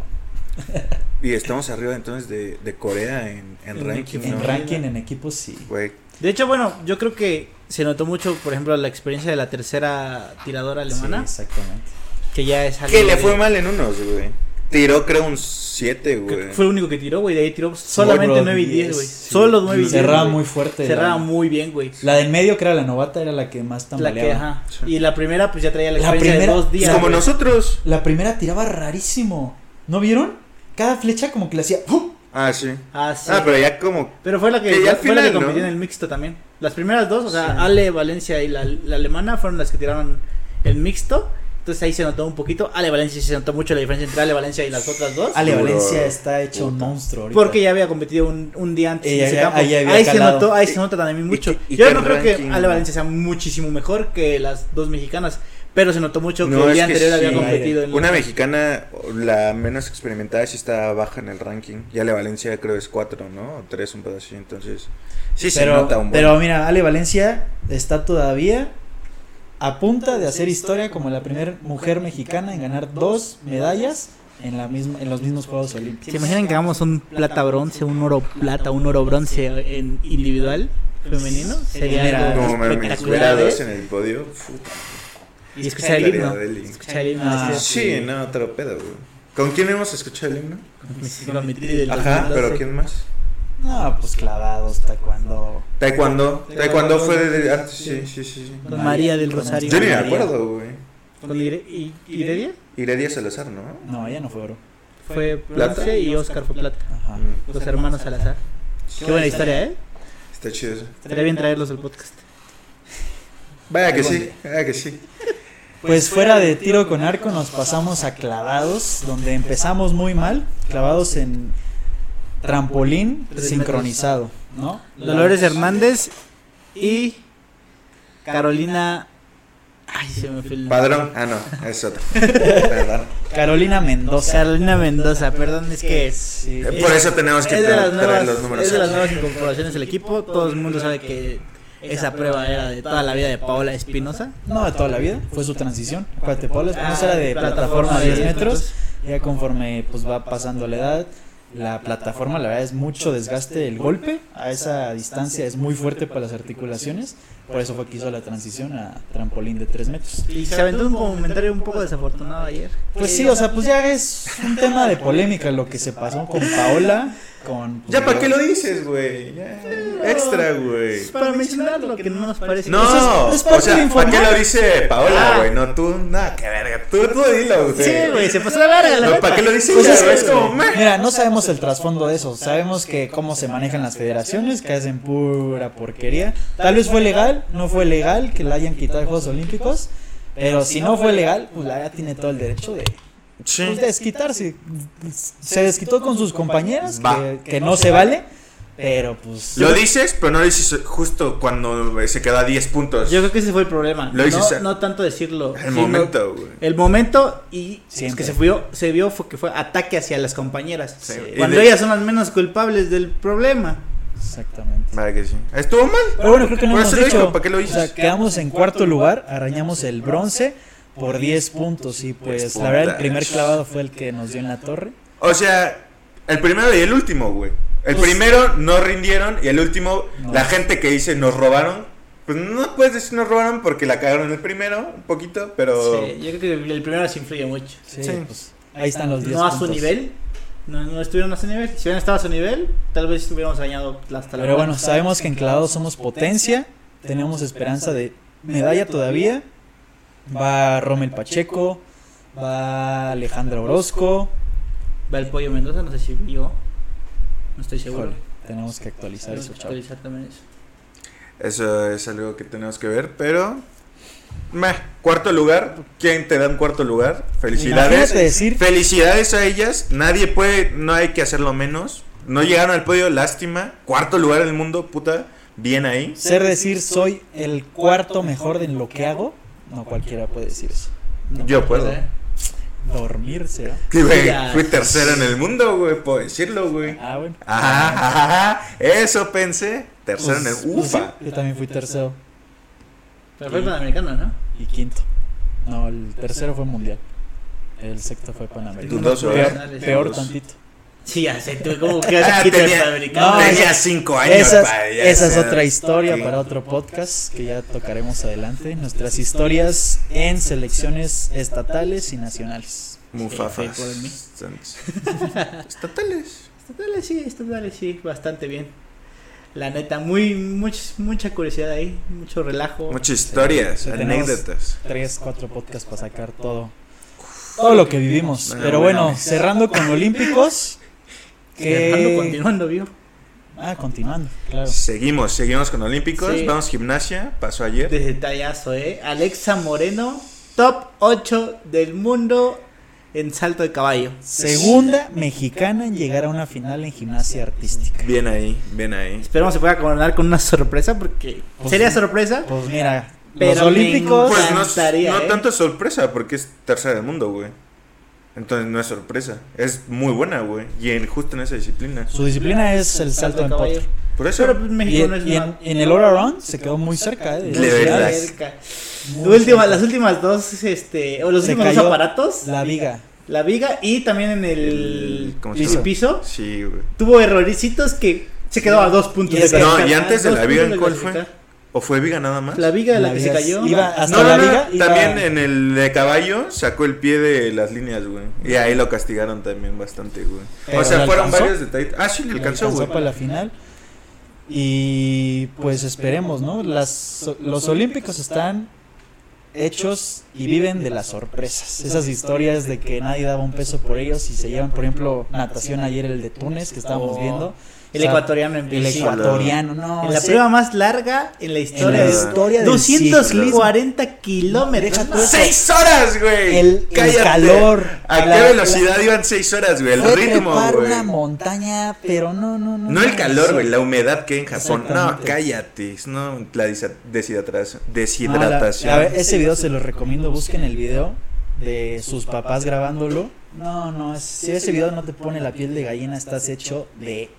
Speaker 2: Y estamos arriba entonces de, de Corea en, en
Speaker 4: En
Speaker 2: ranking.
Speaker 4: equipo.
Speaker 2: ¿no?
Speaker 3: En ranking, en equipos, sí.
Speaker 2: Güey.
Speaker 4: De hecho, bueno, yo creo que se notó mucho, por ejemplo, la experiencia de la tercera tiradora alemana,
Speaker 3: Sí, exactamente.
Speaker 4: que ya es algo
Speaker 2: Que le
Speaker 4: de-
Speaker 2: fue mal en unos, güey. Tiró, creo, un 7,
Speaker 4: que
Speaker 2: güey.
Speaker 4: fue el único que tiró, güey, de ahí tiró solamente
Speaker 3: Bro,
Speaker 4: 9 y 10,
Speaker 3: diez,
Speaker 4: güey.
Speaker 3: sí.
Speaker 4: Solo 9 y 10.
Speaker 3: Cerraba
Speaker 4: güey.
Speaker 3: muy fuerte.
Speaker 4: Cerraba
Speaker 3: la,
Speaker 4: muy bien, güey.
Speaker 3: la del medio, que era la novata, era la que más
Speaker 4: La que,
Speaker 3: tambaleaba.
Speaker 4: ajá.
Speaker 2: Sí.
Speaker 4: Y la primera pues ya traía la
Speaker 3: La
Speaker 4: experiencia
Speaker 3: primera-
Speaker 4: de dos
Speaker 2: Pues
Speaker 4: días.
Speaker 2: como
Speaker 4: güey.
Speaker 2: nosotros.
Speaker 3: La, primera tiraba rarísimo. ¿No vieron? Cada flecha como que le hacía. ¡uh!
Speaker 2: Ah, sí.
Speaker 4: Ah, sí.
Speaker 2: Ah, pero ya como.
Speaker 4: Pero fue la que,
Speaker 2: Que ya al
Speaker 4: fue la que
Speaker 2: final, ¿no?
Speaker 4: compitió en el mixto también. Las primeras dos, o sea, Ale, Valencia y la, la alemana fueron las que tiraron el mixto. Entonces ahí se notó un poquito. Ale Valencia sí se notó mucho la diferencia entre Ale Valencia y las otras dos.
Speaker 3: Ale
Speaker 2: Duro, eh.
Speaker 3: Valencia está hecho un
Speaker 2: puta.
Speaker 3: monstruo ahorita.
Speaker 4: Porque ya había competido un, un día antes
Speaker 3: Ella
Speaker 4: en ese
Speaker 3: ya-
Speaker 4: campo.
Speaker 3: ahí ya había
Speaker 4: Ahí se
Speaker 3: calado.
Speaker 4: notó, ahí se
Speaker 2: Y-
Speaker 4: nota también
Speaker 2: y
Speaker 4: mucho.
Speaker 2: que- y
Speaker 4: Yo
Speaker 2: que
Speaker 4: no creo
Speaker 2: ranking,
Speaker 4: que Ale
Speaker 2: ¿no?
Speaker 4: Valencia sea muchísimo mejor que las dos mexicanas.
Speaker 1: Pero se notó mucho que
Speaker 2: No,
Speaker 1: el
Speaker 2: es
Speaker 1: día
Speaker 2: que
Speaker 1: anterior
Speaker 2: sí.
Speaker 1: había competido en
Speaker 2: Una mexicana, la menos experimentada, sí está baja en el ranking. Ya la Valencia creo es 4, ¿no? O 3, un pedacito. Entonces, sí se
Speaker 3: pero,
Speaker 2: nota un buen.
Speaker 3: pero mira, Ale Valencia está todavía a punta de hacer historia como la primera mujer mexicana en ganar dos medallas en, la misma, en los mismos Juegos Olímpicos.
Speaker 1: ¿Se imaginan que hagamos un plata bronce, un oro plata, un oro bronce en individual femenino? Sería
Speaker 3: Mira,
Speaker 1: algo
Speaker 2: no mames, ver a
Speaker 1: espectacular.
Speaker 2: dos
Speaker 1: ¿eh?
Speaker 2: en el podio. puta,
Speaker 1: Y escuchar el himno.
Speaker 2: estaría del-
Speaker 1: Escuchar el himno.
Speaker 3: Ah,
Speaker 1: así,
Speaker 2: Sí, no, otro pedo, güey. ¿Con quién hemos escuchado el himno?
Speaker 1: con la Mitri del
Speaker 2: Ajá,
Speaker 1: 2012.
Speaker 2: pero ¿quién más?
Speaker 3: No, pues clavados, taekwondo.
Speaker 2: Taekwondo. Taekwondo fue de. ah, sí, sí, sí. sí.
Speaker 1: Con María del Rosario.
Speaker 2: Yo ni me
Speaker 1: María.
Speaker 2: acuerdo, güey.
Speaker 1: Con Ire- y, y Heredia
Speaker 2: Iredia Salazar, ¿no?
Speaker 3: No, ella no fue oro.
Speaker 1: fue
Speaker 2: Plata.
Speaker 1: bronce y Oscar fue plata.
Speaker 3: Ajá.
Speaker 2: Mm,
Speaker 1: Los hermanos Salazar. Qué buena historia, ¿eh?
Speaker 2: Está chido eso.
Speaker 1: Estaría bien traerlos al podcast.
Speaker 2: Vaya que sí, vaya que sí.
Speaker 3: Pues fuera de tiro con arco nos pasamos a clavados, donde empezamos muy mal, clavados en trampolín sincronizado, ¿no?
Speaker 1: Dolores Hernández y Carolina. Ay, se me fue el nombre.
Speaker 2: Padrón. Ah, no, es otro. Perdón.
Speaker 3: Carolina Mendoza.
Speaker 1: Carolina Mendoza, perdón, es que es.
Speaker 3: Sí.
Speaker 2: Eh, Por eso tenemos que
Speaker 1: es de las
Speaker 2: traer
Speaker 1: nuevas,
Speaker 2: los números.
Speaker 1: es de las nuevas incorporaciones del equipo. Todo el mundo sabe que esa prueba era de toda la vida de Paola Espinosa.
Speaker 3: No, de toda la vida, fue su transición. Acuérdate, Pablo
Speaker 1: Ah,
Speaker 3: Espinosa era de plataforma
Speaker 1: plataforma
Speaker 3: a 10
Speaker 1: de 10
Speaker 3: metros, ya conforme pues va pasando la edad, la plataforma la verdad es mucho desgaste, el golpe a esa distancia es muy fuerte para las articulaciones, por eso fue que hizo la transición a trampolín de 3 metros.
Speaker 1: Y se aventó un comentario un poco desafortunado ayer.
Speaker 3: Pues sí, o sea, pues ya es un tema de polémica lo que se pasó con Paola, con... pues,
Speaker 2: Ya, ¿para qué lo dices, güey? Ya, Extra, güey.
Speaker 1: Es para mencionar lo que no nos parece.
Speaker 2: No,
Speaker 3: es- es parte
Speaker 2: o sea,
Speaker 3: de
Speaker 2: ¿para
Speaker 3: informar.
Speaker 2: qué lo dice Paola,
Speaker 1: Ah.
Speaker 2: güey? No, tú, nada, que verga. Tú, tú dilo, güey.
Speaker 1: Sí, güey, se pasó la verga. La
Speaker 2: No,
Speaker 1: neta.
Speaker 2: ¿Para qué lo dice?
Speaker 3: Pues
Speaker 2: ella,
Speaker 3: es que-
Speaker 2: güey? es como, meh.
Speaker 3: Mira, no sabemos el trasfondo de eso. Sabemos que cómo se manejan las federaciones, que hacen pura porquería. Tal vez fue legal, no fue legal que la hayan quitado de Juegos Olímpicos. Pero si no fue legal, pues la verdad tiene todo el derecho de
Speaker 2: Sí.
Speaker 3: pues, desquitarse. Se desquitó con sus compañeras,
Speaker 2: Va.
Speaker 3: que, que no se vale. Pero pues.
Speaker 2: Lo dices, pero no lo dices justo cuando se queda a 10 puntos.
Speaker 1: Yo creo que ese fue el problema.
Speaker 2: Lo hice
Speaker 1: no,
Speaker 2: ser-
Speaker 1: no tanto decirlo.
Speaker 2: El
Speaker 1: sino
Speaker 2: momento, güey.
Speaker 1: El momento y es
Speaker 3: Siempre.
Speaker 1: que se vio, se vio fue que fue ataque hacia las compañeras.
Speaker 2: Sí.
Speaker 1: Cuando
Speaker 2: Y de-
Speaker 1: ellas son las menos culpables del problema.
Speaker 3: Exactamente.
Speaker 2: Vale que sí. Estuvo mal.
Speaker 3: Pero bueno, creo que no
Speaker 2: Por
Speaker 3: hemos
Speaker 2: eso lo digo,
Speaker 3: dicho.
Speaker 2: ¿para qué lo
Speaker 3: o sea,
Speaker 2: dices?
Speaker 3: quedamos en cuarto lugar, arañamos el bronce por 10 puntos. Y pues la verdad, el primer clavado fue el que nos dio en la torre.
Speaker 2: O sea, el primero y el último, güey. El primero no rindieron y el último,
Speaker 3: No.
Speaker 2: la gente que dice nos robaron. Pues no puedes decir nos robaron porque la cagaron en el primero, un poquito, pero.
Speaker 1: Sí, yo creo que el primero se influye mucho.
Speaker 3: Sí,
Speaker 2: Sí.
Speaker 3: pues ahí están los 10
Speaker 1: No a su
Speaker 3: puntos.
Speaker 1: nivel. No, no estuvieron a su nivel. Si hubieran estado a su nivel, tal vez hubiéramos dañado hasta la
Speaker 3: Pero bueno, sabemos que en clavados somos potencia, tenemos esperanza de medalla todavía. Va Rommel Pacheco, va Alejandra Orozco.
Speaker 1: Va el pollo Mendoza, no sé si vio. No estoy seguro.
Speaker 3: Híjole, tenemos que actualizar
Speaker 1: Tenemos
Speaker 3: eso,
Speaker 1: que
Speaker 3: chaval.
Speaker 1: actualizar también eso.
Speaker 2: Eso es algo que tenemos que ver, pero. Meh, cuarto lugar. ¿Quién te da un cuarto lugar? Felicidades.
Speaker 3: Imagínate decir,
Speaker 2: Felicidades a ellas. Nadie puede, no hay que hacerlo menos. No llegaron al podio, lástima. Cuarto lugar en el mundo, puta. Bien ahí.
Speaker 3: ser decir soy el cuarto mejor en lo que hago, no cualquiera puede decir eso. No.
Speaker 2: Yo puedo.
Speaker 3: Dormirse, ¿no?
Speaker 2: Sí, güey,
Speaker 1: Ya.
Speaker 2: fui tercero en el mundo, güey. Puedo decirlo, güey.
Speaker 3: Ah, bueno.
Speaker 2: Ajá, ajá, ajá, Eso pensé. Tercero en el.
Speaker 3: Pues, pues sí,
Speaker 2: Ufa.
Speaker 3: yo también fui tercero
Speaker 1: Pero fue panamericano, ¿no?
Speaker 3: y quinto. No, el tercero fue mundial. El sexto fue Panamericano.
Speaker 2: Dudoso,
Speaker 3: Peor,
Speaker 2: ¿eh?
Speaker 3: peor
Speaker 2: Dudoso.
Speaker 3: tantito.
Speaker 1: Sí, ya sé, tú como que
Speaker 2: Ah,
Speaker 1: haces quita el
Speaker 2: tenía-
Speaker 1: panamericano. Este,
Speaker 3: no,
Speaker 2: Tenía cinco años.
Speaker 3: Esa,
Speaker 2: para ya
Speaker 3: es- esa es
Speaker 2: ser-
Speaker 3: otra historia
Speaker 2: Sí.
Speaker 3: para otro podcast que ya tocaremos adelante. Nuestras historias en selecciones estatales y nacionales.
Speaker 2: Mufafas.
Speaker 1: Sí, por mí.
Speaker 2: Estatales.
Speaker 1: este Dale, sí, esto dale, sí, bastante bien. La neta, muy, much- mucha curiosidad ahí, mucho relajo.
Speaker 2: Muchas historias,
Speaker 3: Sí, tenemos-
Speaker 2: anécdotas.
Speaker 3: Tres, cuatro podcasts para sacar todo. Todo lo que vivimos.
Speaker 2: Bueno,
Speaker 3: Pero
Speaker 2: bueno.
Speaker 3: bueno, cerrando con Olímpicos.
Speaker 1: Fernando
Speaker 3: Que...
Speaker 1: continuando, vio.
Speaker 3: Ah, continuando, claro.
Speaker 2: Seguimos, seguimos con Olímpicos.
Speaker 1: Sí.
Speaker 2: Vamos gimnasia, pasó ayer.
Speaker 1: Detallazo, eh. Alexa Moreno, top 8 del mundo en salto de caballo.
Speaker 3: Segunda mexicana en llegar a una final en gimnasia artística.
Speaker 2: Bien ahí, bien ahí.
Speaker 1: Esperemos se pueda coronar con una sorpresa porque
Speaker 3: Pues
Speaker 1: sería
Speaker 3: sí.
Speaker 1: sorpresa.
Speaker 3: Pues mira,
Speaker 1: Pero me
Speaker 3: olímpicos.
Speaker 2: Pues no, es-
Speaker 1: encantaría,
Speaker 2: no
Speaker 1: ¿eh?
Speaker 2: tanto es sorpresa, porque es tercera del mundo, güey. Entonces no es sorpresa. Es muy buena, güey. Y en, justo en esa disciplina.
Speaker 3: Su disciplina es el salto en
Speaker 1: caballo.
Speaker 3: potro.
Speaker 2: Por eso.
Speaker 4: Pero pues,
Speaker 3: Y,
Speaker 4: México no es
Speaker 3: en, y en-
Speaker 4: una-
Speaker 3: en el all around se quedó muy cerca. eh, de
Speaker 2: Le
Speaker 3: la-
Speaker 2: verdad.
Speaker 1: Cerca. Última- las últimas dos, este, o los
Speaker 3: Se
Speaker 1: últimos dos
Speaker 3: cayó
Speaker 1: aparatos,
Speaker 3: la viga.
Speaker 1: la viga y también en el,
Speaker 2: El- ¿cómo
Speaker 3: se llama?
Speaker 1: piso,
Speaker 2: Sí, güey.
Speaker 1: tuvo erroricitos que se quedó a dos puntos.
Speaker 3: Y es-
Speaker 1: clasificar.
Speaker 2: No, y antes de
Speaker 1: Dos
Speaker 2: la viga,
Speaker 1: puntos
Speaker 2: ¿en
Speaker 1: de
Speaker 2: cuál fue?
Speaker 1: clasificar.
Speaker 2: ¿O fue Viga nada más?
Speaker 1: La viga, la,
Speaker 3: La
Speaker 1: que
Speaker 3: viga
Speaker 1: se
Speaker 3: es-
Speaker 1: cayó.
Speaker 3: iba
Speaker 1: Ah,
Speaker 3: hasta
Speaker 2: No,
Speaker 3: la
Speaker 2: no, no,
Speaker 3: viga iba-
Speaker 2: También en el de caballo sacó el pie de las líneas, güey. Y ahí lo castigaron también bastante, güey.
Speaker 3: Pero
Speaker 2: O sea,
Speaker 3: ¿le
Speaker 2: fueron
Speaker 3: alcanzó?
Speaker 2: varios detalles. Ah, sí, le alcanzó, güey.
Speaker 3: para la final. Y pues esperemos, ¿no? Las, los olímpicos están hechos y viven de las sorpresas. Esas historias de que nadie daba un peso por ellos y se llevan, por ejemplo, natación ayer el de Túnez que estábamos
Speaker 1: Oh,
Speaker 3: viendo.
Speaker 1: el
Speaker 3: O sea,
Speaker 1: ecuatoriano en
Speaker 3: El
Speaker 1: bici.
Speaker 3: ecuatoriano, no.
Speaker 1: En la
Speaker 3: ese-
Speaker 1: prueba más larga en la
Speaker 3: en
Speaker 1: historia.
Speaker 3: la
Speaker 1: de
Speaker 3: historia del ciclismo.
Speaker 1: 240
Speaker 3: Deja
Speaker 1: kilómetros.
Speaker 3: tú eso.
Speaker 2: Pues, ¡Seis horas, güey!
Speaker 3: El, el
Speaker 2: ¡Cállate!
Speaker 3: calor.
Speaker 2: ¿A
Speaker 3: la-
Speaker 2: qué
Speaker 3: la-
Speaker 2: velocidad iban seis horas, güey? El
Speaker 3: fue
Speaker 2: ritmo,
Speaker 3: trepar
Speaker 2: güey.
Speaker 3: una montaña, pero no, no, no.
Speaker 2: No el calor,
Speaker 3: sí.
Speaker 2: güey, la humedad que hay en Japón. No,
Speaker 3: Exactamente.
Speaker 2: cállate. es No, la disa- deshidratación.
Speaker 3: No, Ah, la-
Speaker 2: deshidratación.
Speaker 3: a ver, ese video se los recomiendo, busquen el video de sus papás grabándolo. No, no, es- si ese video no te pone la piel de gallina, estás hecho de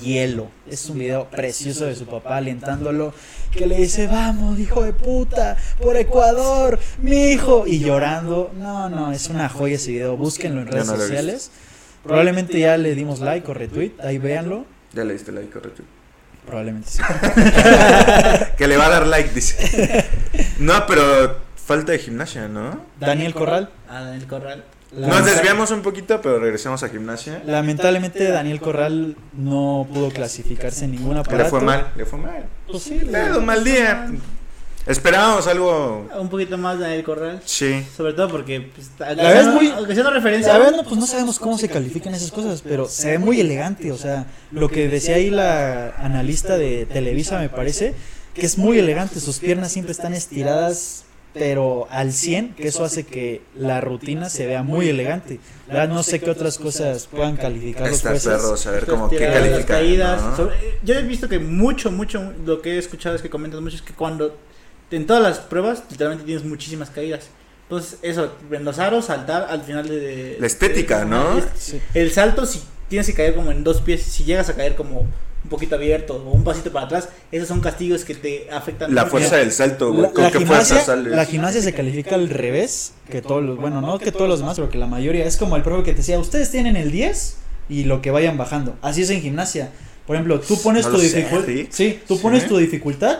Speaker 3: hielo. Es un video precioso de su papá alentándolo, que le dice, vamos, hijo de puta, por Ecuador, mi hijo, y llorando. No, no, es una joya ese video, búsquenlo en
Speaker 2: Yo
Speaker 3: redes
Speaker 2: no lo he
Speaker 3: sociales. Probablemente ya le dimos like o retweet, ahí véanlo.
Speaker 2: Ya le diste like, correcto.
Speaker 3: Probablemente sí.
Speaker 2: Que le va a dar like, dice. No, pero falta de gimnasia, ¿no?
Speaker 3: Daniel Corral.
Speaker 1: Ah, Daniel Corral.
Speaker 2: Nos desviamos un poquito, pero regresamos a gimnasia.
Speaker 3: Lamentablemente Daniel Corral no pudo clasificarse en ningún aparato.
Speaker 2: Le fue mal, le fue mal.
Speaker 3: Pues sí, le-
Speaker 2: Claro, un mal día. Esperábamos algo.
Speaker 1: Un poquito más Daniel Corral.
Speaker 2: Sí.
Speaker 1: Sobre todo porque. Pues,
Speaker 3: verdad es muy-
Speaker 1: Haciendo referencia.
Speaker 3: A ver, no, pues no sabemos cómo se califican esas cosas, pero se ve muy elegante, o sea, lo que decía ahí la analista de Televisa me parece, que es muy elegante, sus piernas siempre están estiradas, pero al 100, que eso hace que la rutina se vea muy elegante. La verdad, no sé qué otras cosas puedan calificar los
Speaker 2: Está
Speaker 3: jueces.
Speaker 2: perro, a ver
Speaker 1: Estas
Speaker 2: como qué
Speaker 1: tiradas, las
Speaker 2: califica.
Speaker 1: caídas.
Speaker 2: ¿no?
Speaker 1: Sobre- eh, yo he visto que mucho, mucho, lo que he escuchado es que comentan mucho es que cuando en todas las pruebas literalmente tienes muchísimas caídas. Entonces, eso, en los aros, saltar al final de... de-
Speaker 2: La estética,
Speaker 1: de-
Speaker 2: ¿no?
Speaker 1: es-
Speaker 3: Sí.
Speaker 1: El salto, si tienes que caer como en dos pies, si llegas a caer como un poquito abierto o un pasito para atrás, esos son castigos que te afectan.
Speaker 2: La
Speaker 1: mucho.
Speaker 2: fuerza del salto,
Speaker 3: La,
Speaker 2: güey. ¿Con
Speaker 3: la
Speaker 2: qué fuerza
Speaker 3: gimnasia,
Speaker 2: sales?
Speaker 3: la gimnasia se califica al revés que todos los, bueno, no que todos los demás, pero que la mayoría es como el profe que te decía, ustedes tienen el 10 y lo que vayan bajando. Así es en gimnasia. Por ejemplo, tú pones
Speaker 2: No
Speaker 3: tu
Speaker 2: lo sé,
Speaker 3: dificultad,
Speaker 2: ¿sí?
Speaker 3: tú
Speaker 2: Sí.
Speaker 3: pones tu dificultad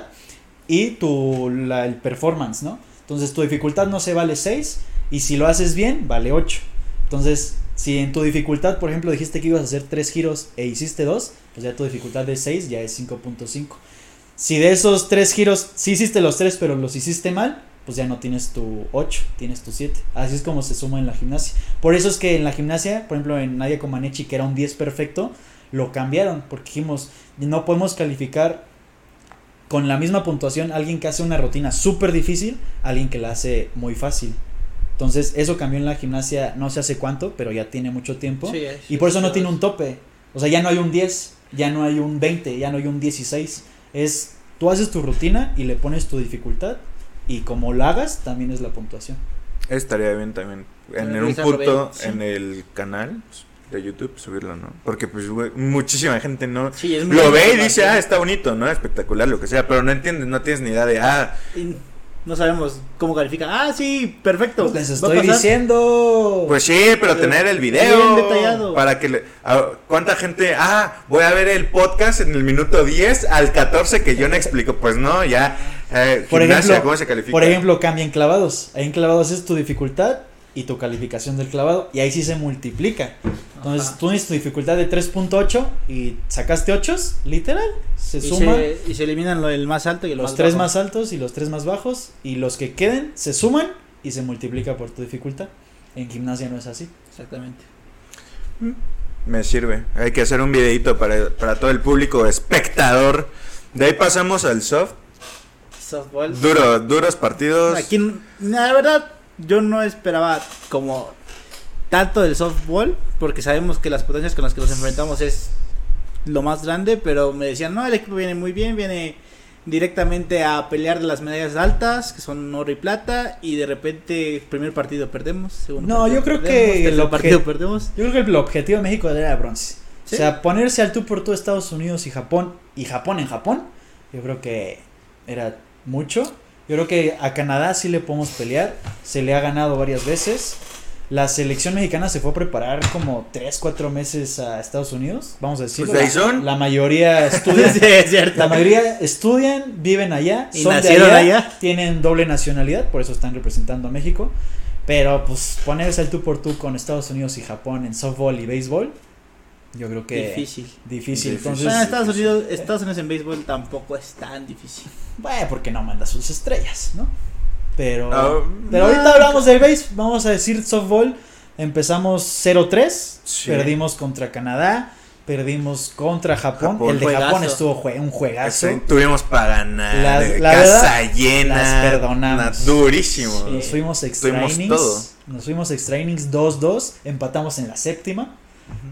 Speaker 3: y tu la- el performance, ¿no? Entonces, tu dificultad no se vale 6 y si lo haces bien, vale 8. Entonces, si en tu dificultad, por ejemplo, dijiste que ibas a hacer 3 giros e hiciste 2, pues ya tu dificultad de 6 ya es 5.5. Si de esos 3 giros, si hiciste los 3 pero los hiciste mal, pues ya no tienes tu 8, tienes tu 7. Así es como se suma en la gimnasia. Por eso es que en la gimnasia, por ejemplo, en Nadia Comaneci, que era un 10 perfecto, lo cambiaron porque dijimos, no podemos calificar con la misma puntuación a alguien que hace una rutina súper difícil, a alguien que la hace muy fácil. Entonces, eso cambió en la gimnasia no sé hace cuánto, pero ya tiene mucho tiempo.
Speaker 1: Sí, es-
Speaker 3: Y por eso no tiene un tope. O sea, ya no hay un 10, ya no hay un 20, ya no hay un 16. Es, tú haces tu rutina y le pones tu dificultad y como la hagas, también es la puntuación.
Speaker 2: Estaría bien también. En
Speaker 1: También
Speaker 2: un
Speaker 1: revisarlo
Speaker 2: punto,
Speaker 1: bien,
Speaker 2: en el canal pues, de YouTube, subirlo, ¿no? Porque, pues, güey, muchísima gente no.
Speaker 1: Sí, es muy
Speaker 2: Lo ve y
Speaker 1: importante.
Speaker 2: dice, ah, está bonito, ¿no? Espectacular, lo que sea, pero no entiendes, no tienes ni idea de, ah,
Speaker 1: Y No sabemos cómo califica. Ah, sí, perfecto.
Speaker 3: Les
Speaker 1: va a
Speaker 3: estoy
Speaker 1: pasar.
Speaker 3: diciendo.
Speaker 2: pues sí, pero tener el video.
Speaker 1: Bien detallado.
Speaker 2: Para que le- ah, ¿Cuánta gente, ah, voy a ver el podcast en el minuto 10 al 14 que yo no explico? Pues no, ya. eh,
Speaker 3: Por
Speaker 2: gimnasia,
Speaker 3: ejemplo-
Speaker 2: ¿cómo se califica?
Speaker 3: Por ejemplo, cambian clavados. Ahí en clavados es tu dificultad y tu calificación del clavado. Y ahí sí se multiplica. Entonces,
Speaker 1: Ajá.
Speaker 3: tú tienes tu dificultad de 3.8 y sacaste 8, literal. Se
Speaker 1: Y
Speaker 3: suma.
Speaker 1: se, y se eliminan lo- el más alto y el
Speaker 3: los
Speaker 1: más
Speaker 3: tres
Speaker 1: bajo.
Speaker 3: más altos y los tres más bajos y los que queden se suman y se multiplica por tu dificultad. En gimnasia no es así.
Speaker 1: Exactamente.
Speaker 2: Me sirve. Hay que hacer un videito para, para todo el público espectador. De ahí pasamos al soft.
Speaker 1: Softball.
Speaker 2: Duro, duros partidos.
Speaker 1: Aquí, n- la verdad, yo no esperaba como tanto del softball, porque sabemos que las potencias con las que nos enfrentamos es lo más grande, pero me decían, no, el equipo viene muy bien, viene
Speaker 4: directamente a pelear de las medallas altas, que son oro y plata, y de repente primer partido perdemos, segundo
Speaker 3: No,
Speaker 4: partido
Speaker 3: yo creo
Speaker 4: perdemos,
Speaker 3: que
Speaker 4: tercer
Speaker 3: lo que-
Speaker 4: partido perdemos.
Speaker 3: Yo creo que el objetivo de México era bronce.
Speaker 4: Sí.
Speaker 3: O sea, ponerse al tú por tú Estados Unidos y Japón, y Japón en Japón, yo creo que era mucho. Yo creo que a Canadá sí le podemos pelear, se le ha ganado varias veces. La selección mexicana se fue a preparar como 3, 4 meses a Estados Unidos, vamos a decir.
Speaker 2: Pues de ahí son.
Speaker 3: La mayoría estudia
Speaker 4: Sí, es cierto.
Speaker 3: la mayoría estudian, viven allá,
Speaker 4: Y
Speaker 3: son de
Speaker 4: nacieron
Speaker 3: allá,
Speaker 4: allá.
Speaker 3: tienen doble nacionalidad, por eso están representando a México. Pero pues ponerse el tú por tú con Estados Unidos y Japón en softball y béisbol, yo creo que
Speaker 4: Difícil.
Speaker 2: Difícil.
Speaker 3: difícil. Entonces,
Speaker 4: Bueno,
Speaker 2: sí,
Speaker 4: Estados,
Speaker 2: sí.
Speaker 4: Unidos, Estados Unidos en béisbol tampoco es tan difícil.
Speaker 3: bueno, porque no manda sus estrellas, ¿no? Pero,
Speaker 2: Ah,
Speaker 3: pero
Speaker 4: no.
Speaker 3: ahorita hablamos del béisbol, vamos a decir softball. Empezamos 0-3,
Speaker 2: Sí.
Speaker 3: perdimos contra Canadá, perdimos contra Japón.
Speaker 2: Japón.
Speaker 3: el de Japón
Speaker 4: Juegazo.
Speaker 3: estuvo jue- un juegazo.
Speaker 2: Exacto, Tuvimos para ganar.
Speaker 3: Las-
Speaker 2: eh,
Speaker 3: la
Speaker 2: casa llena.
Speaker 3: las perdonamos.
Speaker 2: na- Durísimo.
Speaker 4: Sí.
Speaker 3: Nos fuimos extra
Speaker 2: Eh, Tuvimos todo.
Speaker 3: innings. Nos fuimos extra innings 2-2. Empatamos en la séptima.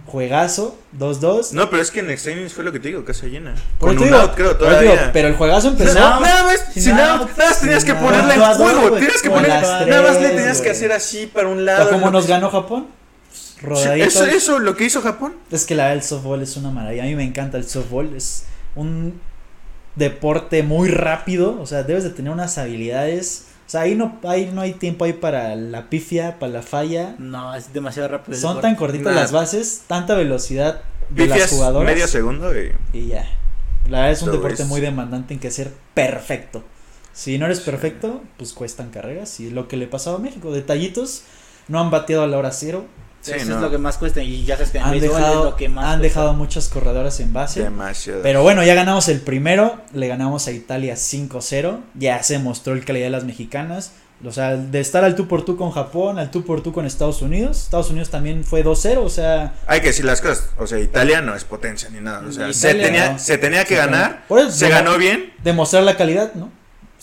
Speaker 3: Juegazo 2-2.
Speaker 2: No, pero es que en Extraños fue lo que te digo, casa llena.
Speaker 3: Por
Speaker 2: Con
Speaker 3: eso
Speaker 2: un
Speaker 3: digo-
Speaker 2: out, creo,
Speaker 3: por eso digo,
Speaker 2: todavía.
Speaker 3: pero el juegazo empezó.
Speaker 2: No, nada más,
Speaker 4: sin
Speaker 2: sin
Speaker 4: nada,
Speaker 2: nada, nada más tenías
Speaker 3: sin
Speaker 2: que
Speaker 3: nada.
Speaker 2: ponerla
Speaker 4: Todas
Speaker 2: en
Speaker 4: dos,
Speaker 2: juego,
Speaker 4: güey,
Speaker 2: tenías que
Speaker 4: con
Speaker 2: ponerla,
Speaker 3: las
Speaker 2: nada más le
Speaker 3: tres,
Speaker 2: tenías que
Speaker 3: güey.
Speaker 2: hacer así para un
Speaker 3: O
Speaker 2: lado.
Speaker 3: como
Speaker 2: ¿no?
Speaker 3: nos ganó Japón. Rodadito.
Speaker 2: eso, eso, lo que hizo Japón.
Speaker 3: Es que la verdad el softball es una maravilla. A mí me encanta el softball. Es un deporte muy rápido. O sea, debes de tener unas habilidades. O sea, ahí no, ahí no hay tiempo ahí para la pifia, para la falla.
Speaker 4: No, es demasiado rápido. el
Speaker 3: Son
Speaker 4: deporte.
Speaker 3: tan cortitas
Speaker 2: Nah.
Speaker 3: las bases, tanta velocidad de las
Speaker 2: Pifias
Speaker 3: jugadoras.
Speaker 2: medio segundo y
Speaker 3: y ya. La verdad es un
Speaker 2: Todo
Speaker 3: deporte
Speaker 2: es-
Speaker 3: muy demandante en que ser perfecto. Si no eres perfecto, pues cuestan carreras. Y lo que le pasaba a México, detallitos, no han bateado a la hora cero.
Speaker 2: sí,
Speaker 4: Eso
Speaker 2: no,
Speaker 4: es lo que más cuesta. Y ya sabes que en
Speaker 3: Han
Speaker 4: béisbol es
Speaker 3: dejado,
Speaker 4: lo que más
Speaker 3: han
Speaker 4: cuesta.
Speaker 3: dejado muchas corredoras en base.
Speaker 2: demasiado.
Speaker 3: Pero bueno, ya ganamos el primero, le ganamos a Italia 5-0, ya se mostró el calidad de las mexicanas, o sea, de estar al tú por tú con Japón, al tú por tú con Estados Unidos, Estados Unidos también fue 2-0, o sea,
Speaker 2: Hay que decir las cosas, o sea, Italia no es potencia ni nada, o sea,
Speaker 4: Ni
Speaker 2: se
Speaker 4: Italia,
Speaker 2: tenía,
Speaker 3: no.
Speaker 2: se tenía que
Speaker 3: Sí,
Speaker 2: ganar,
Speaker 3: por eso,
Speaker 2: se
Speaker 3: demo-
Speaker 2: ganó bien.
Speaker 3: Demostrar la calidad, ¿no?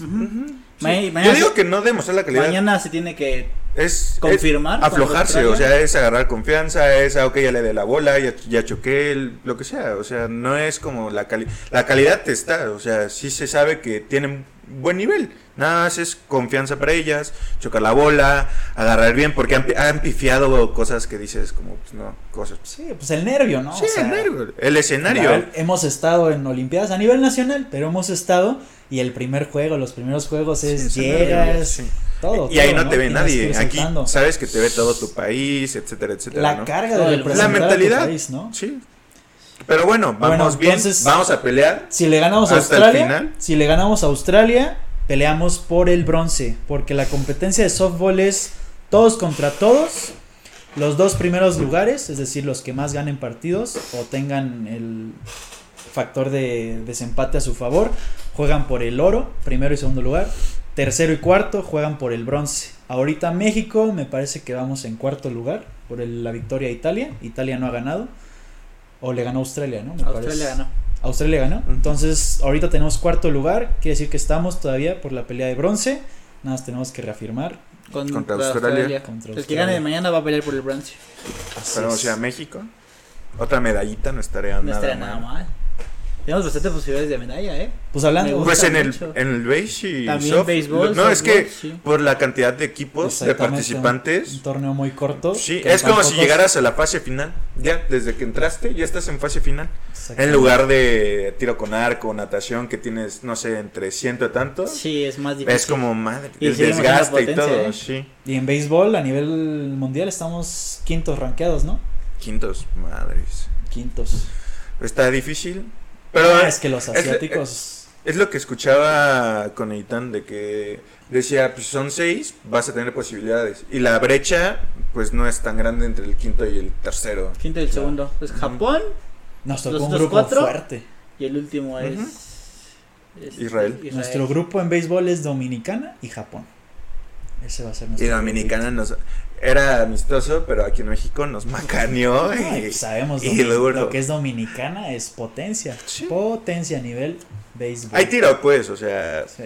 Speaker 4: Ujú.
Speaker 2: Sí.
Speaker 4: Ma-
Speaker 2: Yo
Speaker 4: mañana,
Speaker 2: digo que no demostrar la calidad,
Speaker 4: mañana se tiene que
Speaker 2: es, es
Speaker 4: confirmar. contra
Speaker 2: aflojarse,
Speaker 4: Australia.
Speaker 2: o sea, es agarrar confianza, es, ah, ok, ya le dé la bola, ya, ya choqué, el- lo que sea, o sea, no es como la calidad, la calidad está, o sea, sí se sabe que tienen buen nivel, nada más es confianza para ellas, chocar la bola, agarrar bien, porque han, pi- han pifiado cosas que dices como, pues no, cosas, pues,
Speaker 3: Sí, pues el nervio, ¿no?
Speaker 2: sí,
Speaker 3: O sea,
Speaker 2: el nervio, el escenario,
Speaker 3: la verdad, hemos estado en Olimpiadas a nivel nacional, pero hemos estado y el primer juego, los primeros juegos es
Speaker 2: Sí, es el nervio,
Speaker 3: llegas,
Speaker 2: sí.
Speaker 3: todo.
Speaker 2: y ahí
Speaker 3: todo,
Speaker 2: no te ve
Speaker 3: Tienes que ir
Speaker 2: nadie, aquí
Speaker 3: soltando.
Speaker 2: sabes que te ve todo tu país, etcétera, etcétera,
Speaker 3: la
Speaker 2: ¿no?
Speaker 3: carga
Speaker 4: Todo
Speaker 3: de
Speaker 4: el-
Speaker 3: representar
Speaker 2: La
Speaker 3: a tu
Speaker 2: mentalidad.
Speaker 3: país, ¿no?
Speaker 2: Sí. Pero bueno, vamos
Speaker 3: Bueno,
Speaker 2: bien,
Speaker 3: entonces-
Speaker 2: vamos a pelear.
Speaker 3: Si le ganamos a
Speaker 2: Hasta el
Speaker 3: Australia,
Speaker 2: final.
Speaker 3: si le ganamos a Australia, peleamos por el bronce, porque la competencia de softball es todos contra todos. Los dos primeros lugares, es decir, los que más ganen partidos o tengan el factor de desempate a su favor, juegan por el oro, primero y segundo lugar. Tercero y cuarto juegan por el bronce. Ahorita México me parece que vamos en cuarto lugar por el- la victoria a Italia. Italia no ha ganado. O le ganó a Australia, ¿no? Me parece.
Speaker 4: Australia ganó.
Speaker 3: Australia ganó.
Speaker 2: Ujú.
Speaker 3: Entonces, ahorita tenemos cuarto lugar. Quiere decir que estamos todavía por la pelea de bronce. Nada más tenemos que reafirmar.
Speaker 4: Con- Contra
Speaker 2: Contra Australia.
Speaker 4: Australia.
Speaker 3: Contra
Speaker 4: El que gane de
Speaker 3: Australia.
Speaker 4: mañana va a pelear por el bronce.
Speaker 3: Así
Speaker 2: Pero, o
Speaker 3: es.
Speaker 2: sea, México. Otra medallita no estaría
Speaker 4: No
Speaker 2: nada.
Speaker 4: estaría
Speaker 2: mal.
Speaker 4: nada mal. Tenemos bastantes posibilidades de medalla, ¿eh?
Speaker 3: Pues hablando.
Speaker 4: Me gusta.
Speaker 2: Pues en el,
Speaker 4: mucho.
Speaker 2: en el beige y
Speaker 4: También
Speaker 2: soft-
Speaker 4: béisbol,
Speaker 2: No, es
Speaker 4: softball,
Speaker 2: que
Speaker 4: sí.
Speaker 2: por la cantidad de equipos, de
Speaker 3: Exactamente, Un
Speaker 2: participantes.
Speaker 3: torneo muy corto.
Speaker 2: Sí,
Speaker 3: que
Speaker 2: es como si
Speaker 3: tampoco-
Speaker 2: llegaras a la fase final. Ya, desde que entraste, ya estás en fase final. En
Speaker 3: Exactamente.
Speaker 2: lugar de tiro con arco, natación, que tienes, no sé, entre ciento y tanto.
Speaker 4: Sí, es más difícil.
Speaker 2: es como madre.
Speaker 4: Y
Speaker 2: el
Speaker 4: seguimos en la
Speaker 2: desgaste y
Speaker 4: potencia,
Speaker 2: todo.
Speaker 4: ¿eh?
Speaker 2: Sí.
Speaker 3: Y en béisbol, a nivel mundial, estamos quintos rankeados, ¿no?
Speaker 2: Quintos, madres.
Speaker 3: Quintos.
Speaker 2: Está difícil. Pero
Speaker 3: Ah, es que los
Speaker 2: es-
Speaker 3: asiáticos.
Speaker 2: Es lo que escuchaba con Eitan de que decía, pues son seis, vas a tener posibilidades. Y la brecha, pues no es tan grande entre el quinto y el tercero.
Speaker 4: Quinto y el segundo. Es Japón
Speaker 2: eh,
Speaker 3: Nos tocó
Speaker 4: los
Speaker 3: un
Speaker 4: otros
Speaker 3: grupo
Speaker 4: cuatro,
Speaker 3: fuerte.
Speaker 4: y el último es. este, es
Speaker 2: Israel.
Speaker 3: Nuestro grupo en béisbol es Dominicana y Japón. Ese va a ser
Speaker 2: Y
Speaker 3: nuestro.
Speaker 2: Dominicana nos... Era amistoso, pero aquí en México nos
Speaker 1: Ah,
Speaker 2: macaneó.
Speaker 3: No, y
Speaker 2: y-
Speaker 3: pues sabemos
Speaker 2: y
Speaker 3: domi-
Speaker 2: duro.
Speaker 3: lo que es dominicana es potencia.
Speaker 2: Sí.
Speaker 3: Potencia a nivel béisbol.
Speaker 2: Hay tiro, pues, o sea,
Speaker 3: Sí.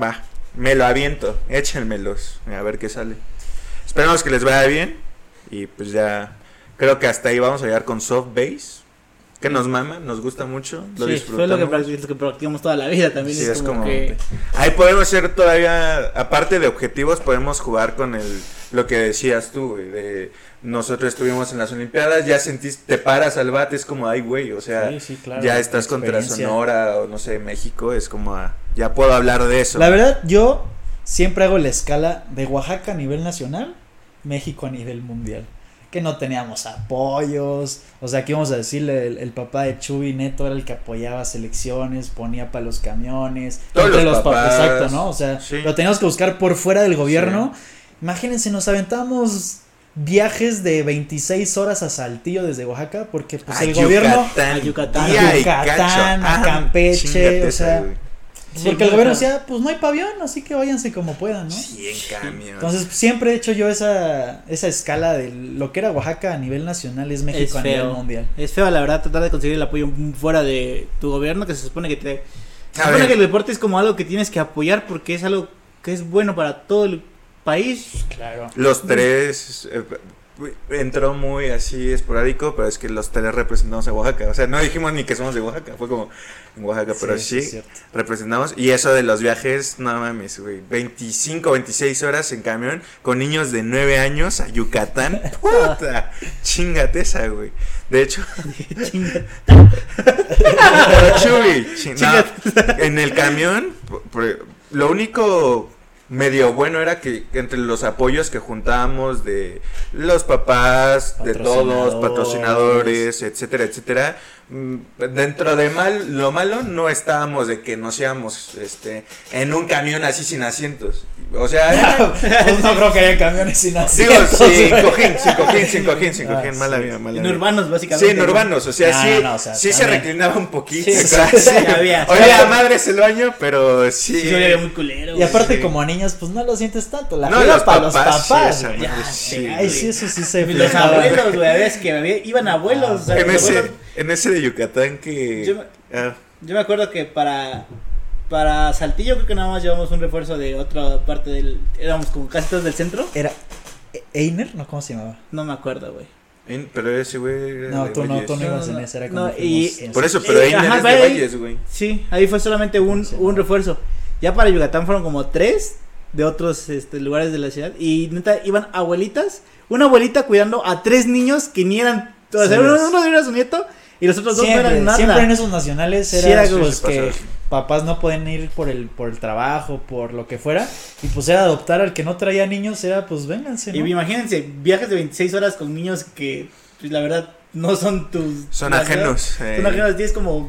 Speaker 2: va. Me lo aviento, échenmelos, a ver qué sale. Esperamos que les vaya bien. Y pues ya, creo que hasta ahí vamos a llegar con soft base. que nos mama, nos gusta mucho, lo
Speaker 1: Sí, fue
Speaker 2: disfrutamos.
Speaker 1: lo que, practic- lo que practicamos toda la vida también.
Speaker 2: Sí,
Speaker 1: es,
Speaker 2: es
Speaker 1: como,
Speaker 2: como-
Speaker 1: que.
Speaker 2: Ahí podemos ser todavía, aparte de objetivos, podemos jugar con el lo que decías tú, güey, de nosotros estuvimos en las Olimpiadas, ya sentís, te paras al bate, es como, ay, güey, o sea,
Speaker 3: Sí, sí, claro,
Speaker 2: ya estás contra
Speaker 3: experiencia.
Speaker 2: Sonora o no sé, México, es como, ah, ya puedo hablar de eso.
Speaker 3: La verdad, yo siempre hago la escala de Oaxaca a nivel nacional, México a nivel mundial. Que no teníamos apoyos. O sea, aquí vamos a decirle, el, el papá de Chubi Neto era el que apoyaba selecciones, ponía para los camiones.
Speaker 2: Todos
Speaker 3: entre
Speaker 2: los
Speaker 3: pa-
Speaker 2: papás,
Speaker 3: Exacto, ¿no? O sea,
Speaker 2: sí.
Speaker 3: lo teníamos que buscar por fuera del gobierno. Imagínense, nos aventamos viajes de 26 horas a Saltillo desde Oaxaca porque pues
Speaker 2: A
Speaker 3: el gobierno...
Speaker 1: a
Speaker 2: Ah, Yucatán,
Speaker 1: Yucatán.
Speaker 2: tía,
Speaker 3: A
Speaker 2: y
Speaker 3: Yucatán,
Speaker 2: cacho.
Speaker 3: a
Speaker 2: Ah,
Speaker 3: Campeche,
Speaker 2: chíngate
Speaker 3: o
Speaker 2: esa,
Speaker 3: sea,
Speaker 2: güey.
Speaker 3: Porque el gobierno decía, pues no hay pavión, así que váyanse como puedan, ¿no?
Speaker 2: Sí, en cambio.
Speaker 3: Entonces, siempre he hecho yo esa, esa escala de lo que era Oaxaca a nivel nacional es México
Speaker 1: Es
Speaker 3: a nivel
Speaker 1: feo.
Speaker 3: mundial.
Speaker 1: es feo, la verdad, tratar de conseguir el apoyo fuera de tu gobierno, que se supone que te. Se
Speaker 2: A
Speaker 1: supone
Speaker 2: ver.
Speaker 1: que el deporte es como algo que tienes que apoyar porque es algo que es bueno para todo el país.
Speaker 3: Claro.
Speaker 2: Los tres eh, entró muy así esporádico, pero es que los tres representamos a Oaxaca. O sea, no dijimos ni que somos de Oaxaca, fue como en Oaxaca, pero sí, representamos. Y eso de los viajes, no mames, güey. 25, 26 horas en camión con niños de 9 años a Yucatán. Puta, chingate esa, güey. De hecho, pero Chuy, chi- no, en el camión, por- por- lo único medio bueno era que entre los apoyos que juntábamos de los papás, de todos,
Speaker 3: Patrocinadores.
Speaker 2: patrocinadores, etcétera, etcétera, mm, dentro de mal, lo malo no estábamos de que no seamos este, en un camión así sin asientos. O sea, era-
Speaker 3: Pues no creo que haya camiones sin
Speaker 2: digo,
Speaker 3: asientos.
Speaker 2: sin
Speaker 3: güey.
Speaker 2: cojín, sin cojín, sin cojín, sin
Speaker 3: Ah,
Speaker 2: cojín, mala
Speaker 3: sí.
Speaker 2: vida, mala
Speaker 1: En
Speaker 2: vida.
Speaker 1: urbanos,
Speaker 2: Sí,
Speaker 1: básicamente.
Speaker 2: en urbanos, o sea,
Speaker 3: No,
Speaker 2: sí,
Speaker 3: no, o sea,
Speaker 2: sí se
Speaker 3: también.
Speaker 2: reclinaba un poquito.
Speaker 3: Sí,
Speaker 2: atrás.
Speaker 3: sí,
Speaker 1: sí, había.
Speaker 2: Oye, la madre es el baño, pero sí.
Speaker 1: Sí, se veía muy culero.
Speaker 3: Y aparte,
Speaker 2: Sí.
Speaker 3: como a niñas, pues no lo sientes tanto. La
Speaker 2: No,
Speaker 3: no,
Speaker 2: los
Speaker 3: para los
Speaker 2: papás,
Speaker 3: papás.
Speaker 2: sí, esa
Speaker 3: güey.
Speaker 2: madre,
Speaker 3: Ya,
Speaker 2: sí,
Speaker 3: güey. Ay,
Speaker 2: güey.
Speaker 3: sí, eso sí se
Speaker 1: Y Los
Speaker 3: fregaba.
Speaker 1: abuelos, güey, a veces que había- iban abuelos. o sea,
Speaker 2: en,
Speaker 1: los
Speaker 2: ese,
Speaker 1: abuelos-
Speaker 2: en ese de Yucatán que.
Speaker 1: Yo-
Speaker 2: ah,
Speaker 1: Yo me acuerdo que para para Saltillo creo que nada más llevamos un refuerzo de otra parte del éramos como casi todos del centro.
Speaker 3: Era. ¿E- ¿Einer? No, ¿cómo se llamaba?
Speaker 1: No me acuerdo, güey.
Speaker 2: en- pero ese güey. era
Speaker 3: No,
Speaker 2: de
Speaker 3: tú no,
Speaker 2: Valles.
Speaker 3: tú no
Speaker 1: No,
Speaker 3: ibas
Speaker 1: no,
Speaker 3: en ese. Era
Speaker 1: no,
Speaker 3: como.
Speaker 1: y-
Speaker 2: Por eso, pero ahí
Speaker 1: Eh, ajá,
Speaker 2: no
Speaker 1: va
Speaker 2: de
Speaker 1: ahí.
Speaker 2: Valles, güey.
Speaker 1: Sí, ahí fue solamente un,
Speaker 3: Sí,
Speaker 1: un
Speaker 3: no.
Speaker 1: refuerzo. Ya para Yucatán fueron como tres de otros este, lugares de la ciudad y neta iban abuelitas, una abuelita cuidando a tres niños que ni eran, o sea,
Speaker 3: Sí,
Speaker 1: uno,
Speaker 3: es.
Speaker 1: uno era su nieto y los otros dos no
Speaker 3: siempre,
Speaker 1: eran nada.
Speaker 3: siempre en esos nacionales
Speaker 1: Sí,
Speaker 3: era,
Speaker 1: era
Speaker 2: como-
Speaker 3: pues,
Speaker 2: Sí, sí,
Speaker 3: que
Speaker 2: pasaba.
Speaker 3: papás no pueden ir por el por el trabajo, por lo que fuera, y pues era adoptar al que no traía niños, era pues vénganse, ¿no?
Speaker 1: Y imagínense, viajes de 26 horas con niños que pues, la verdad no son tus
Speaker 2: Son
Speaker 1: la verdad,
Speaker 2: ajenos. eh.
Speaker 1: Tú no creas, tienes como.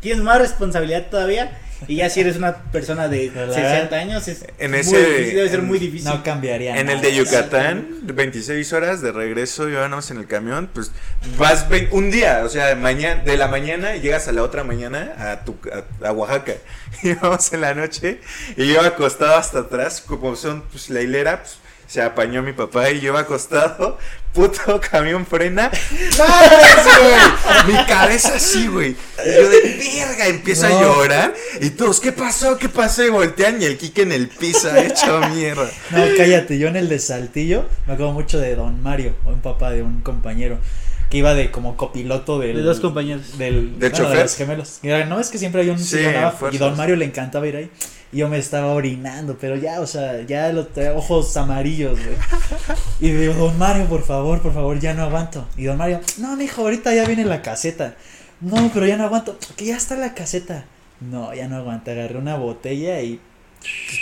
Speaker 1: Tienes más responsabilidad todavía. Y ya si eres una persona de
Speaker 3: Pero la
Speaker 1: 60
Speaker 3: verdad-
Speaker 1: años, es
Speaker 2: En
Speaker 1: muy
Speaker 2: ese-
Speaker 1: difícil, debe ser
Speaker 2: en-
Speaker 1: muy difícil.
Speaker 3: No cambiaría.
Speaker 2: En el
Speaker 3: nada.
Speaker 2: de Yucatán, 26 horas de regreso, íbamos en el camión, pues vas ve- un día, o sea, mañana, de la mañana y llegas a la otra mañana a, tu, a, a Oaxaca. Íbamos en la noche y yo acostado hasta atrás, como son pues, la hilera, pues, se apañó mi papá y yo iba acostado, puto camión frena. ¡Madres, güey! Mi cabeza así, güey. Y yo de verga empiezo
Speaker 3: No.
Speaker 2: a llorar y todos, ¿qué pasó? ¿Qué pasó? Y voltean y el Kike en el piso, hecho mierda.
Speaker 3: No, cállate, yo en el de Saltillo me acuerdo mucho de Don Mario, un papá de un compañero que iba de como copiloto del
Speaker 1: De dos compañeros.
Speaker 3: del
Speaker 2: Del
Speaker 3: bueno, de
Speaker 2: chofer.
Speaker 3: los gemelos. Y era, no, es que siempre hay un
Speaker 2: Sí,
Speaker 3: sillón abajo, y
Speaker 2: fuerzas.
Speaker 3: Don Mario le encantaba ir ahí. Y yo me estaba orinando, pero ya, o sea, ya los ojos amarillos, güey. Y digo, Don Mario, por favor, por favor, ya no aguanto. Y Don Mario, no, mijo, ahorita ya viene la caseta. No, pero ya no aguanto, que ya está la caseta. No, ya no aguanto, agarré una botella y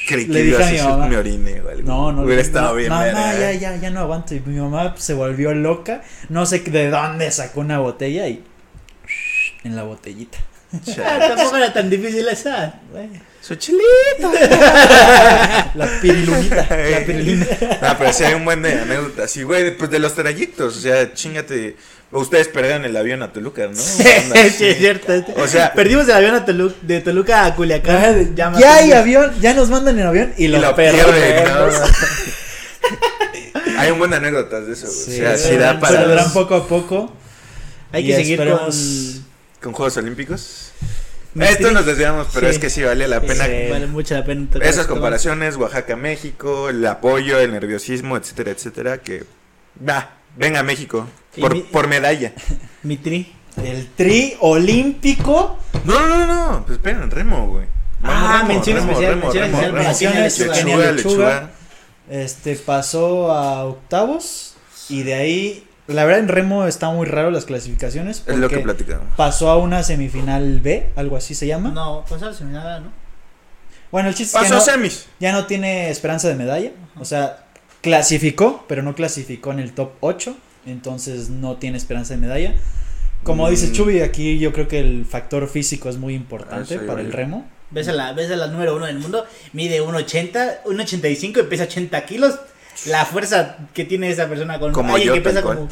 Speaker 2: Creí
Speaker 3: Le
Speaker 2: que ibas a
Speaker 3: dije a mi
Speaker 2: decir
Speaker 3: mamá.
Speaker 2: me orine o algo.
Speaker 3: No, no.
Speaker 2: Hubiera
Speaker 3: no,
Speaker 2: estado bien.
Speaker 3: Mamá,
Speaker 2: verga,
Speaker 3: ya,
Speaker 2: eh.
Speaker 3: ya, ya no aguanto. Y mi mamá se volvió loca. No sé de dónde sacó una botella y. En la botellita.
Speaker 2: Chale.
Speaker 1: Ah, tampoco era tan difícil esa.
Speaker 3: Güey,
Speaker 2: Su chile.
Speaker 3: La pirulita. la pirulina.
Speaker 2: Ah, pero sí hay un buen de anécdotas. Sí, güey, pues de los trayectos. O sea, chingate. Ustedes perdieron el avión a Toluca, ¿no? Una
Speaker 1: Sí,
Speaker 2: así.
Speaker 1: es cierto.
Speaker 2: O sea-
Speaker 1: perdimos el avión a Tolu- de Toluca a
Speaker 3: Ah,
Speaker 1: Culiacán.
Speaker 3: de-
Speaker 1: Ya
Speaker 3: Ya,
Speaker 1: más
Speaker 3: hay
Speaker 1: tarde.
Speaker 3: avión, ya nos mandan en avión y
Speaker 2: Y
Speaker 3: lo,
Speaker 2: lo
Speaker 3: perdemos.
Speaker 2: pierden, ¿no? Hay un buen de anécdotas de eso. güey. o sea,
Speaker 3: Sí,
Speaker 2: sí da
Speaker 3: saldrán- saldrán
Speaker 2: para.
Speaker 3: poco a poco.
Speaker 1: Hay
Speaker 3: Y
Speaker 1: que seguir
Speaker 3: esperemos-
Speaker 2: Con Juegos Olímpicos.
Speaker 1: con.
Speaker 2: Esto nos desviamos, pero
Speaker 1: Sí.
Speaker 2: es que sí vale la pena.
Speaker 3: Sí.
Speaker 1: Vale mucho la pena. tocar este
Speaker 2: Esas
Speaker 1: esto.
Speaker 2: comparaciones, Oaxaca, México, el apoyo, el nerviosismo, etcétera, etcétera, que va, venga México,
Speaker 1: Y
Speaker 2: por,
Speaker 1: mi-
Speaker 2: por medalla.
Speaker 1: Mi tri.
Speaker 3: El tri olímpico.
Speaker 2: No, no, no, no. Pues esperen, remo, güey.
Speaker 1: Ah, mención especial, mención especial para Kenia
Speaker 2: lechuga,
Speaker 1: Lechuga.
Speaker 2: lechuga,
Speaker 3: Lechuga. Este pasó a octavos. Y de ahí. La verdad, en remo está muy raro las clasificaciones.
Speaker 2: Es lo que
Speaker 3: porque
Speaker 2: platicamos.
Speaker 3: pasó a una semifinal B, algo así se llama.
Speaker 1: No, pues al seminario, ¿no?
Speaker 3: Bueno, el chiste
Speaker 2: Pasó a
Speaker 3: es que no-
Speaker 2: semis.
Speaker 3: ya no tiene esperanza de medalla. O sea, clasificó, pero no clasificó en el top 8. Entonces no tiene esperanza de medalla. Como dice
Speaker 2: Mm.
Speaker 3: Chubi, aquí yo creo que el factor físico es muy importante
Speaker 2: Eso iba
Speaker 3: para el
Speaker 2: yo.
Speaker 3: remo.
Speaker 1: Ves a la, ves a la número uno del mundo, mide 1.80, 1.85 y pesa 80 kilos. La fuerza que tiene esa persona con
Speaker 2: Como
Speaker 1: alguien
Speaker 2: yo,
Speaker 1: que
Speaker 2: tal
Speaker 1: pesa
Speaker 2: cual.
Speaker 1: como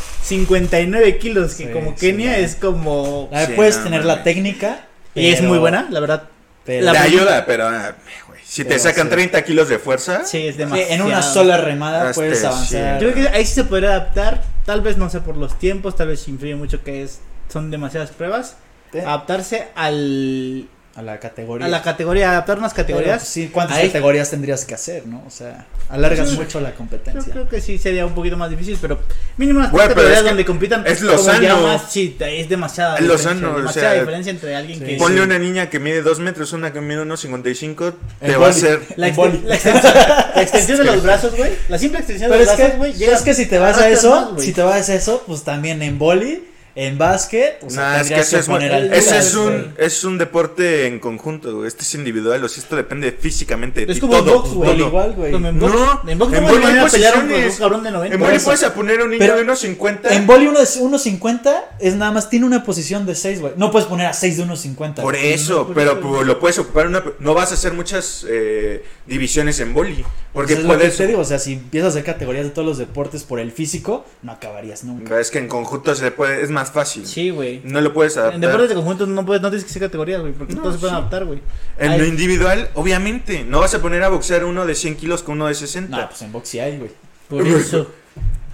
Speaker 1: 59 kilos, que
Speaker 3: Sí,
Speaker 1: como
Speaker 3: sí,
Speaker 1: Kenia
Speaker 3: la-
Speaker 1: es como...
Speaker 3: La-
Speaker 2: Sí,
Speaker 3: puedes
Speaker 2: no,
Speaker 3: tener
Speaker 2: mami.
Speaker 3: la técnica.
Speaker 1: Y es
Speaker 3: pero-
Speaker 1: muy buena, la verdad.
Speaker 3: pero-
Speaker 1: La
Speaker 2: Te
Speaker 1: bolita.
Speaker 2: ayuda, pero. ah, güey, si te
Speaker 3: Pero
Speaker 2: sacan
Speaker 3: sí.
Speaker 2: 30 kilos de fuerza.
Speaker 1: Sí, es
Speaker 3: Sí,
Speaker 1: demasiado.
Speaker 3: en una sola remada
Speaker 2: Hazte
Speaker 3: puedes
Speaker 2: sí.
Speaker 3: avanzar.
Speaker 1: Yo creo que ahí sí se podría adaptar, tal vez no sé por los tiempos, tal vez influye mucho que es son demasiadas pruebas.
Speaker 3: Te-
Speaker 1: Adaptarse al,
Speaker 3: a la categoría.
Speaker 1: a la categoría, adaptar unas
Speaker 3: Pero,
Speaker 1: categorías.
Speaker 3: sí, ¿cuántas
Speaker 1: Ahí-
Speaker 3: categorías tendrías que hacer, no? O sea, alargas
Speaker 1: Yo-
Speaker 3: mucho la
Speaker 1: Yo
Speaker 3: competencia.
Speaker 1: creo que sí sería un poquito más difícil, pero mínimo las
Speaker 2: Güey, pero
Speaker 1: categorías
Speaker 2: es que
Speaker 1: donde compitan.
Speaker 2: es
Speaker 1: como
Speaker 2: Lozano.
Speaker 1: ya más, sí, es demasiada
Speaker 2: Es
Speaker 1: diferencia,
Speaker 2: Lozano, o
Speaker 1: demasiada
Speaker 2: sea,
Speaker 1: diferencia entre alguien
Speaker 3: sí.
Speaker 1: que.
Speaker 2: Ponle una niña que mide 2 metros, una que mide 1,55.
Speaker 3: El
Speaker 2: Te va a
Speaker 3: boli.
Speaker 2: hacer.
Speaker 1: La,
Speaker 3: en
Speaker 1: exten-
Speaker 3: boli.
Speaker 1: la extensión, la extensión de los brazos, güey. La simple extensión
Speaker 3: Pero
Speaker 1: de
Speaker 3: es
Speaker 1: los brazos,
Speaker 3: que,
Speaker 1: güey.
Speaker 3: es
Speaker 1: llegas-
Speaker 3: que si te vas a
Speaker 1: arrastras
Speaker 3: eso,
Speaker 1: más, güey.
Speaker 3: si te vas a eso, pues también en boli, en básquet, o sea,
Speaker 2: Nah, es que
Speaker 3: tendrías
Speaker 2: eso es,
Speaker 3: que poner
Speaker 2: muy- ese
Speaker 3: alturas,
Speaker 2: es
Speaker 3: güey.
Speaker 2: un, es un deporte en conjunto, güey. Este es individual, o sea, esto depende físicamente de
Speaker 1: Es
Speaker 2: ti.
Speaker 1: como el
Speaker 2: todo,
Speaker 1: box,
Speaker 3: Boli
Speaker 2: todo.
Speaker 3: igual, güey.
Speaker 1: Como en box,
Speaker 2: No,
Speaker 1: en box
Speaker 2: en
Speaker 1: no
Speaker 2: boli
Speaker 1: me van a
Speaker 2: hay
Speaker 1: pelear un- con un
Speaker 2: posiciones.
Speaker 1: cabrón de 90.
Speaker 2: En
Speaker 1: güey.
Speaker 2: boli
Speaker 3: eso.
Speaker 2: puedes a poner a un niño
Speaker 3: Pero-
Speaker 2: de unos 50.
Speaker 3: En boli uno de 1.50 es nada más tiene una posición de 6, güey. No puedes poner a 6 de 1.50.
Speaker 2: Por
Speaker 3: güey.
Speaker 2: eso,
Speaker 1: por
Speaker 2: pero
Speaker 1: eso.
Speaker 2: pues, lo puedes ocupar en una... No vas a hacer muchas eh, divisiones en boli. Porque
Speaker 3: Entonces, Pues es lo que
Speaker 2: puedes...
Speaker 3: te digo, o sea, si empiezas a hacer categorías de todos los deportes por el físico, no acabarías nunca.
Speaker 2: Es que en conjunto se puede, es más fácil.
Speaker 1: Sí, güey.
Speaker 2: No lo puedes
Speaker 1: En deportes
Speaker 2: adaptar.
Speaker 1: de conjuntos no, puedes, no tienes que ser categorías, güey, porque
Speaker 2: No,
Speaker 1: todos se pueden
Speaker 2: sí.
Speaker 1: adaptar, güey.
Speaker 2: En
Speaker 1: Ay.
Speaker 2: lo individual, obviamente. No vas a poner a boxear uno de 100 kilos con uno de 60.
Speaker 3: No, pues en box sí hay, güey.
Speaker 1: Por eso.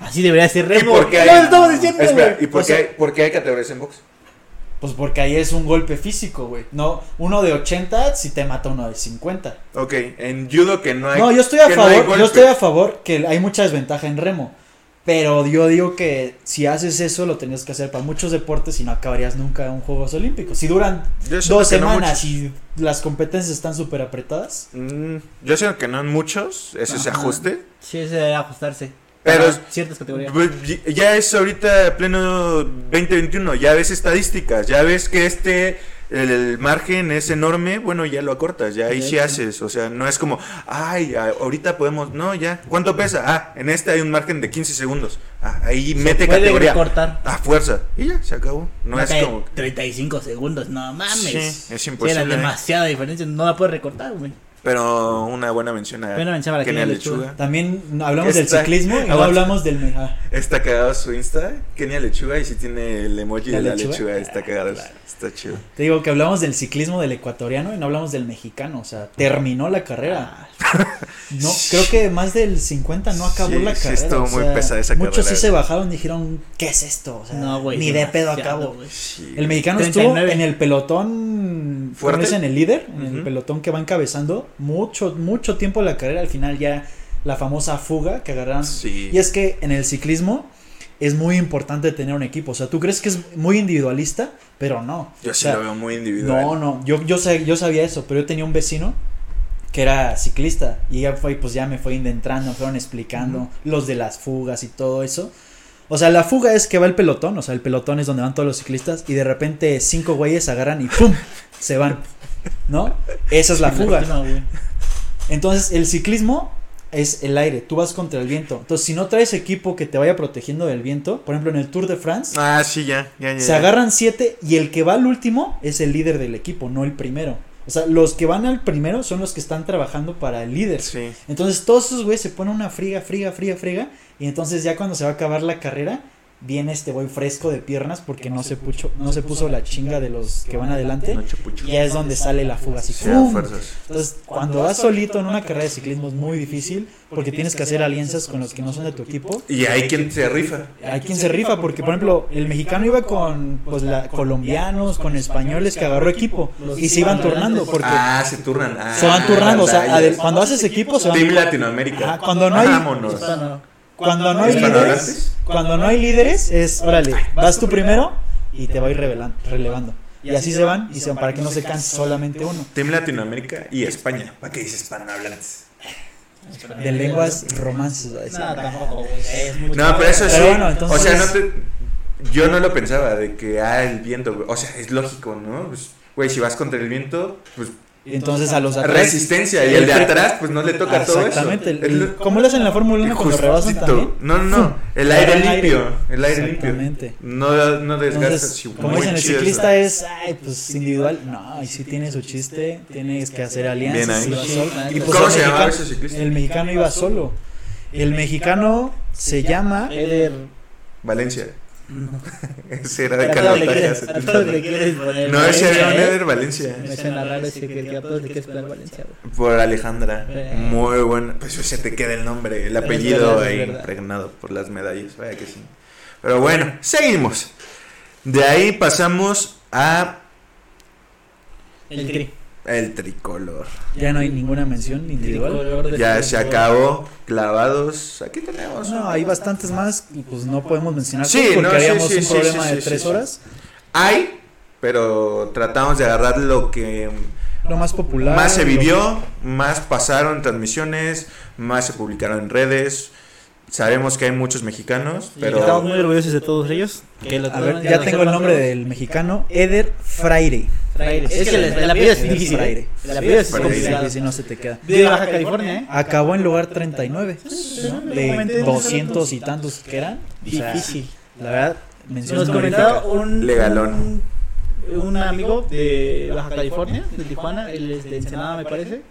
Speaker 1: Así debería ser
Speaker 2: ¿Y
Speaker 1: remo.
Speaker 2: por qué hay-
Speaker 1: No, estamos diciendo,
Speaker 2: Espera,
Speaker 1: güey.
Speaker 2: ¿y por
Speaker 3: O
Speaker 2: qué,
Speaker 3: sea-
Speaker 2: hay, por qué hay categorías en box?
Speaker 3: Pues porque ahí es un golpe físico, güey. No, uno de 80 si te mata uno de 50.
Speaker 2: Ok, en judo que no hay...
Speaker 3: No, yo estoy a
Speaker 2: que no hay
Speaker 3: favor, yo
Speaker 2: golpe.
Speaker 3: estoy a favor que hay mucha desventaja en remo. Pero yo digo que si haces eso, lo tenías que hacer para muchos deportes y no acabarías nunca en un Juegos Olímpicos. Si duran
Speaker 2: Yo siento
Speaker 3: dos
Speaker 2: que no
Speaker 3: semanas
Speaker 2: muchos.
Speaker 3: y las competencias están súper apretadas.
Speaker 2: Mm, yo sé que no en muchos, es ese
Speaker 1: Ajá.
Speaker 2: ajuste.
Speaker 1: Sí, es eh, ajustarse.
Speaker 2: Pero
Speaker 1: Para
Speaker 2: es-
Speaker 1: ciertas categorías.
Speaker 2: Pues, Ya es ahorita pleno 2021, ya ves estadísticas, ya ves que este, el, el margen es enorme, bueno, ya lo acortas, ya ahí
Speaker 1: De
Speaker 2: sí
Speaker 1: hecho.
Speaker 2: haces, o sea, no es como, ay, a- ahorita podemos, no, ya, ¿cuánto pesa? Ah, en este hay un margen de 15 segundos, ah, ahí mete
Speaker 1: Puede
Speaker 2: categoría,
Speaker 1: recortar.
Speaker 2: a fuerza, y ya, se acabó, no
Speaker 1: Una
Speaker 2: es
Speaker 1: calle-
Speaker 2: como...
Speaker 1: 35 segundos, no mames.
Speaker 2: Sí, es
Speaker 1: Sí, Era
Speaker 2: imposible, ¿eh?
Speaker 1: demasiada diferencia, no la puedes recortar, güey.
Speaker 2: Pero una buena mención a
Speaker 1: Buena mención para
Speaker 2: Kenia
Speaker 1: Kenia
Speaker 2: Lechuga.
Speaker 1: Lechuga.
Speaker 3: También no, hablamos del
Speaker 2: Está-
Speaker 3: ciclismo y no
Speaker 2: aguanta.
Speaker 3: hablamos del. me- ah,
Speaker 2: Está cagado su Insta, Kenia Lechuga, y si tiene el emoji
Speaker 3: ¿La
Speaker 2: de la
Speaker 3: lechuga? Ah,
Speaker 2: lechuga, está cagado, está chido.
Speaker 3: te digo que hablamos del ciclismo del ecuatoriano y no hablamos del mexicano. O sea, terminó la carrera. No, creo que más del 50 no acabó
Speaker 2: Ah. Sí,
Speaker 3: la
Speaker 2: sí
Speaker 3: carrera.
Speaker 2: estuvo
Speaker 3: o
Speaker 2: muy
Speaker 3: sea,
Speaker 2: pesada esa
Speaker 3: Muchos sí
Speaker 2: carrera.
Speaker 3: se bajaron y dijeron, ¿qué es esto? O sea,
Speaker 1: No, güey.
Speaker 3: ni de pedo
Speaker 1: demasiado,
Speaker 3: acabo.
Speaker 1: güey.
Speaker 2: Sí.
Speaker 3: El mexicano
Speaker 1: 39.
Speaker 3: estuvo en el pelotón
Speaker 2: Fuerte.
Speaker 3: ¿cómo es? en el líder, en el
Speaker 2: Ujú.
Speaker 3: pelotón que va encabezando mucho, mucho tiempo la carrera. Al final ya la famosa fuga que agarraron.
Speaker 2: Sí.
Speaker 3: Y es que en el ciclismo es muy importante tener un equipo. O sea, tú crees que es muy individualista, pero no.
Speaker 2: Yo
Speaker 3: O
Speaker 2: sí
Speaker 3: sea,
Speaker 2: lo veo muy individual.
Speaker 3: No, no, yo, yo, sé- yo sabía eso, pero yo tenía un vecino que era ciclista y ya fue, pues ya me fue adentrando, fueron explicando los de las fugas y todo eso. O sea, la fuga es que va el pelotón, o sea, el pelotón es donde van todos los ciclistas y de repente cinco güeyes agarran y ¡pum! se van, ¿no? Esa es la fuga.
Speaker 1: No, güey.
Speaker 3: Entonces, el ciclismo es el aire, tú vas contra el viento. Entonces, si no traes equipo que te vaya protegiendo del viento, por ejemplo, en el Tour de France,
Speaker 2: Ah, sí, ya, ya, ya.
Speaker 3: se
Speaker 2: ya.
Speaker 3: agarran siete y el que va al último es el líder del equipo, no el primero. O sea, los que van al primero son los que están trabajando para el líder.
Speaker 2: Sí.
Speaker 3: Entonces todos esos güeyes se ponen una friga, friga, friga, friga. Y entonces ya cuando se va a acabar la carrera, viene este güey fresco de piernas porque no se pucho, no se puso la chinga de los que van adelante.
Speaker 2: No chapucho.
Speaker 3: Y ya es donde sale la fuga así.
Speaker 2: Sí, a
Speaker 3: ¡pum!
Speaker 2: fuerzas.
Speaker 3: Entonces, cuando vas solito en una carrera de ciclismo es muy difícil porque tienes que hacer alianzas con los que no son de tu equipo
Speaker 2: Y hay quien se rifa.
Speaker 3: hay quien se rifa porque por ejemplo el mexicano iba con pues la colombianos con españoles que agarró equipo y se iban turnando porque
Speaker 2: Ah, se turnan. Ah,
Speaker 3: se van turnando o sea
Speaker 2: rayas.
Speaker 3: adel- cuando haces equipo se
Speaker 2: Team
Speaker 3: van
Speaker 2: Latinoamérica.
Speaker 3: Ajá, cuando no hay
Speaker 2: Vámonos.
Speaker 1: Hispano.
Speaker 3: cuando no hay
Speaker 2: ¿Hispanohablantes?
Speaker 3: líderes cuando no hay líderes es órale vas tú primero y te va a ir revelan- relevando. Y así se van y se van para que no se canse solamente uno.
Speaker 2: Team Latinoamérica y España. ¿Para qué dices hispanohablantes?
Speaker 3: De lenguas romances. va a decir.
Speaker 1: No, tampoco, güey. Es mucho
Speaker 2: No, pero eso sí.
Speaker 3: Pues Pero bueno, entonces-
Speaker 2: o sea, no te- yo no lo pensaba de que, ah, el viento, güey. O sea, es lógico, ¿no? Pues, Güey, si vas contra el viento, pues
Speaker 3: Entonces a los atrás.
Speaker 2: resistencia. Y el de atrás, pues no le toca todo eso.
Speaker 3: Exactamente.
Speaker 2: Es lo-
Speaker 3: Como lo hacen en la Fórmula 1 cuando rebasan
Speaker 2: Justito.
Speaker 3: también.
Speaker 2: No, no, no. El aire
Speaker 3: El aire.
Speaker 2: limpio. El aire limpio.
Speaker 3: Exactamente.
Speaker 2: No, no desgasta.
Speaker 3: Entonces,
Speaker 2: sí,
Speaker 3: como
Speaker 2: muy
Speaker 3: dicen, el
Speaker 2: chido eso.
Speaker 3: ciclista es, ay, pues individual. No, y si tiene su chiste, tienes que hacer
Speaker 2: Bien
Speaker 3: alianzas.
Speaker 2: ahí.
Speaker 3: iba solo.
Speaker 2: ¿Y
Speaker 3: pues,
Speaker 2: cómo
Speaker 3: el
Speaker 2: se llamaba
Speaker 3: mexicano-
Speaker 2: ese ciclista?
Speaker 3: El mexicano iba solo. El mexicano se llama.
Speaker 1: Eder.
Speaker 2: Valencia. ese era de
Speaker 1: A todos le
Speaker 2: Calotaje
Speaker 1: quieres-
Speaker 2: hace
Speaker 1: a todos le
Speaker 2: 70.
Speaker 1: quieres poner.
Speaker 2: No, ese
Speaker 1: Valencia,
Speaker 2: era un
Speaker 1: ¿eh?
Speaker 2: Eder Valencia.
Speaker 1: Me suena raro ese que, que a todos le quieres poner Valencia, güey.
Speaker 2: Por Alejandra.
Speaker 1: Eh.
Speaker 2: Muy bueno. Pues se te queda el nombre, el
Speaker 1: Pero es
Speaker 2: apellido
Speaker 1: verdad, es
Speaker 2: ahí
Speaker 1: verdad.
Speaker 2: impregnado por las medallas. Vaya que sí. Pero bueno, seguimos. De ahí pasamos a
Speaker 1: El tri.
Speaker 2: el tricolor.
Speaker 3: Ya no hay ninguna mención individual.
Speaker 1: Tricolor de
Speaker 2: Ya
Speaker 1: fútbol.
Speaker 2: se acabó. Clavados. Aquí tenemos.
Speaker 3: No, hay bastantes más y pues no podemos mencionar
Speaker 2: Sí,
Speaker 3: todos porque
Speaker 2: no, sí,
Speaker 3: haríamos
Speaker 2: sí,
Speaker 3: un
Speaker 2: sí,
Speaker 3: problema
Speaker 2: sí,
Speaker 3: de
Speaker 2: sí,
Speaker 3: tres
Speaker 2: sí, sí.
Speaker 3: horas.
Speaker 2: Hay, pero tratamos de agarrar lo que
Speaker 3: Lo más popular.
Speaker 2: más se
Speaker 3: lo-
Speaker 2: vivió, más pasaron transmisiones, más se publicaron en redes. Sabemos que hay muchos mexicanos,
Speaker 1: Y Estamos
Speaker 2: pero
Speaker 1: muy orgullosos de todos ellos. Que lo
Speaker 3: A ver,
Speaker 1: toman,
Speaker 3: ya
Speaker 1: lo
Speaker 3: tengo el
Speaker 1: toman.
Speaker 3: nombre del mexicano, Eder Fraire.
Speaker 1: Fraire. Es que el el apellido es difícil.
Speaker 3: Fraire.
Speaker 1: ¿eh? El apellido es
Speaker 2: Fraire.
Speaker 1: complicado.
Speaker 3: Si no se te queda.
Speaker 1: De Baja California, ¿eh?
Speaker 3: Acabó en lugar 39. ¿no? De
Speaker 1: Comenté.
Speaker 3: 200 y tantos que eran. O sea,
Speaker 1: Difícil.
Speaker 3: La verdad, mención
Speaker 1: Nos
Speaker 3: honorífica.
Speaker 1: comentaba un.
Speaker 2: Legalón.
Speaker 1: Un, un amigo de Baja California, de Tijuana, él es de Ensenada, me parece.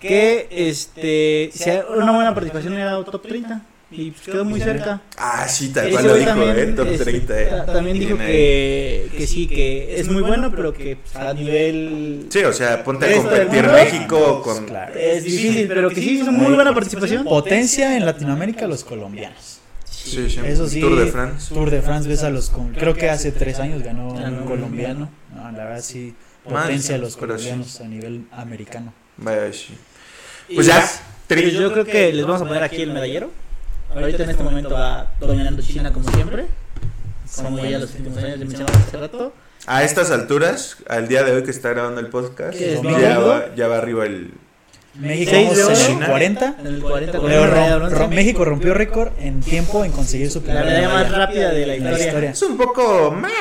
Speaker 1: Que este. Si hay una buena participación era top 30. Y pues quedó muy cerca.
Speaker 2: ah, sí, tal
Speaker 1: Ese
Speaker 2: cual lo
Speaker 1: güey
Speaker 2: dijo,
Speaker 1: también,
Speaker 2: eh, top
Speaker 1: este,
Speaker 2: 30. eh.
Speaker 1: ta- También dijo
Speaker 2: Tienen ahí.
Speaker 1: que, que sí, que es muy bueno, pero que pues, a nivel.
Speaker 2: Sí, o sea, ponte a
Speaker 1: Esto del
Speaker 2: competir
Speaker 1: mundo. pues,
Speaker 2: México con
Speaker 3: Claro.
Speaker 1: Es difícil, pero que sí hizo muy buena participación.
Speaker 3: Potencia en Latinoamérica los colombianos.
Speaker 2: sí, sí,
Speaker 3: Eso sí.
Speaker 2: Tour de France.
Speaker 3: Tour de France ves a los con- creo que hace tres años ganó
Speaker 1: Ganó
Speaker 3: un
Speaker 1: un
Speaker 3: colombiano. No, la verdad sí
Speaker 2: Más,
Speaker 3: potencia a los
Speaker 2: pero sí.
Speaker 3: colombianos a nivel americano.
Speaker 2: Vaya, sí.
Speaker 1: Y
Speaker 2: Pues ya, tri-
Speaker 1: Pues yo creo que les vamos a poner aquí el medallero. Ahorita en este momento va dominando China como siempre. Como ya los últimos años le mencionamos hace rato.
Speaker 2: a estas alturas, al día de hoy que está grabando el podcast,
Speaker 1: Que es
Speaker 2: ya
Speaker 1: domingo.
Speaker 2: va, ya va arriba el.
Speaker 3: México
Speaker 1: Seis de
Speaker 3: en
Speaker 1: oro.
Speaker 3: el 40.
Speaker 1: En el 40 con
Speaker 3: Leo
Speaker 1: la medalla de
Speaker 3: rom-
Speaker 1: bronce.
Speaker 3: rom- México rompió récord en tiempo en conseguir su
Speaker 1: La
Speaker 3: primera
Speaker 1: medalla más
Speaker 3: medalla
Speaker 1: rápida de la
Speaker 3: en la
Speaker 1: historia.
Speaker 3: historia.
Speaker 2: Es un poco más.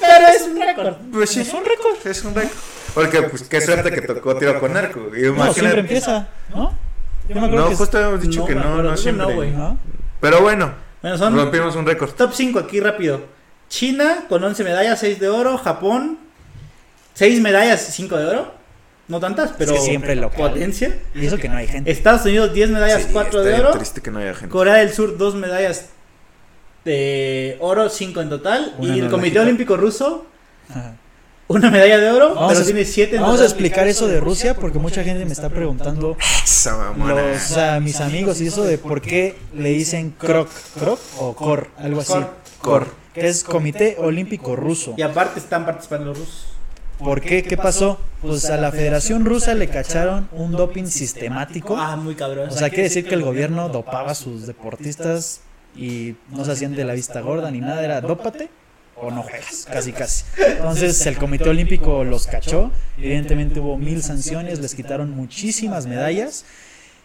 Speaker 1: Pero es un récord.
Speaker 2: Pues sí, es un récord. Es un récord. Porque, pues, qué suerte que tocó tiro con arco.
Speaker 3: No, siempre
Speaker 2: Imagínate.
Speaker 3: empieza, ¿no? Yo me
Speaker 2: No,
Speaker 3: acuerdo que
Speaker 2: justo habíamos dicho
Speaker 1: No,
Speaker 2: que
Speaker 1: me
Speaker 2: no,
Speaker 1: acuerdo,
Speaker 2: no
Speaker 1: creo que no,
Speaker 2: siempre.
Speaker 1: güey.
Speaker 3: ¿no?
Speaker 2: Pero bueno,
Speaker 1: Bueno, son
Speaker 2: rompimos un récord.
Speaker 1: top 5 aquí rápido. China con 11 medallas, 6 de oro. Japón, 6 medallas, 5 de oro. No tantas, pero
Speaker 3: que siempre lo cal-
Speaker 1: potencia.
Speaker 3: Y eso que no hay gente.
Speaker 1: Estados Unidos, 10 medallas,
Speaker 2: Sí,
Speaker 1: 4
Speaker 2: está
Speaker 1: de
Speaker 2: bien
Speaker 1: oro.
Speaker 2: triste que no haya gente.
Speaker 1: Corea del Sur, dos medallas de oro, cinco en total.
Speaker 3: Una
Speaker 1: y
Speaker 3: no
Speaker 1: el Comité
Speaker 3: la quita.
Speaker 1: Olímpico Ruso,
Speaker 3: Ajá.
Speaker 1: una medalla de oro,
Speaker 3: Vamos
Speaker 1: pero
Speaker 3: a-
Speaker 1: tiene siete en
Speaker 3: Vamos a
Speaker 1: total.
Speaker 3: explicar eso de Rusia porque mucha gente me está preguntando,
Speaker 2: Esa mamona.
Speaker 3: los, o sea, mis amigos y eso de por qué le dicen croc, croc o cor, algo así.
Speaker 1: Cor.
Speaker 3: Cor, que es Comité Olímpico Ruso.
Speaker 1: Y aparte están participando los rusos.
Speaker 3: ¿Por qué? ¿Qué pasó? Pues a la Federación Rusa le cacharon un doping sistemático.
Speaker 1: Ah, muy cabrón.
Speaker 3: O sea, quiere decir que el gobierno dopaba a sus deportistas y no se hacían de la vista gorda ni nada, era dópate o no juegas, casi casi. Entonces el Comité Olímpico los cachó, evidentemente hubo mil sanciones, les quitaron muchísimas medallas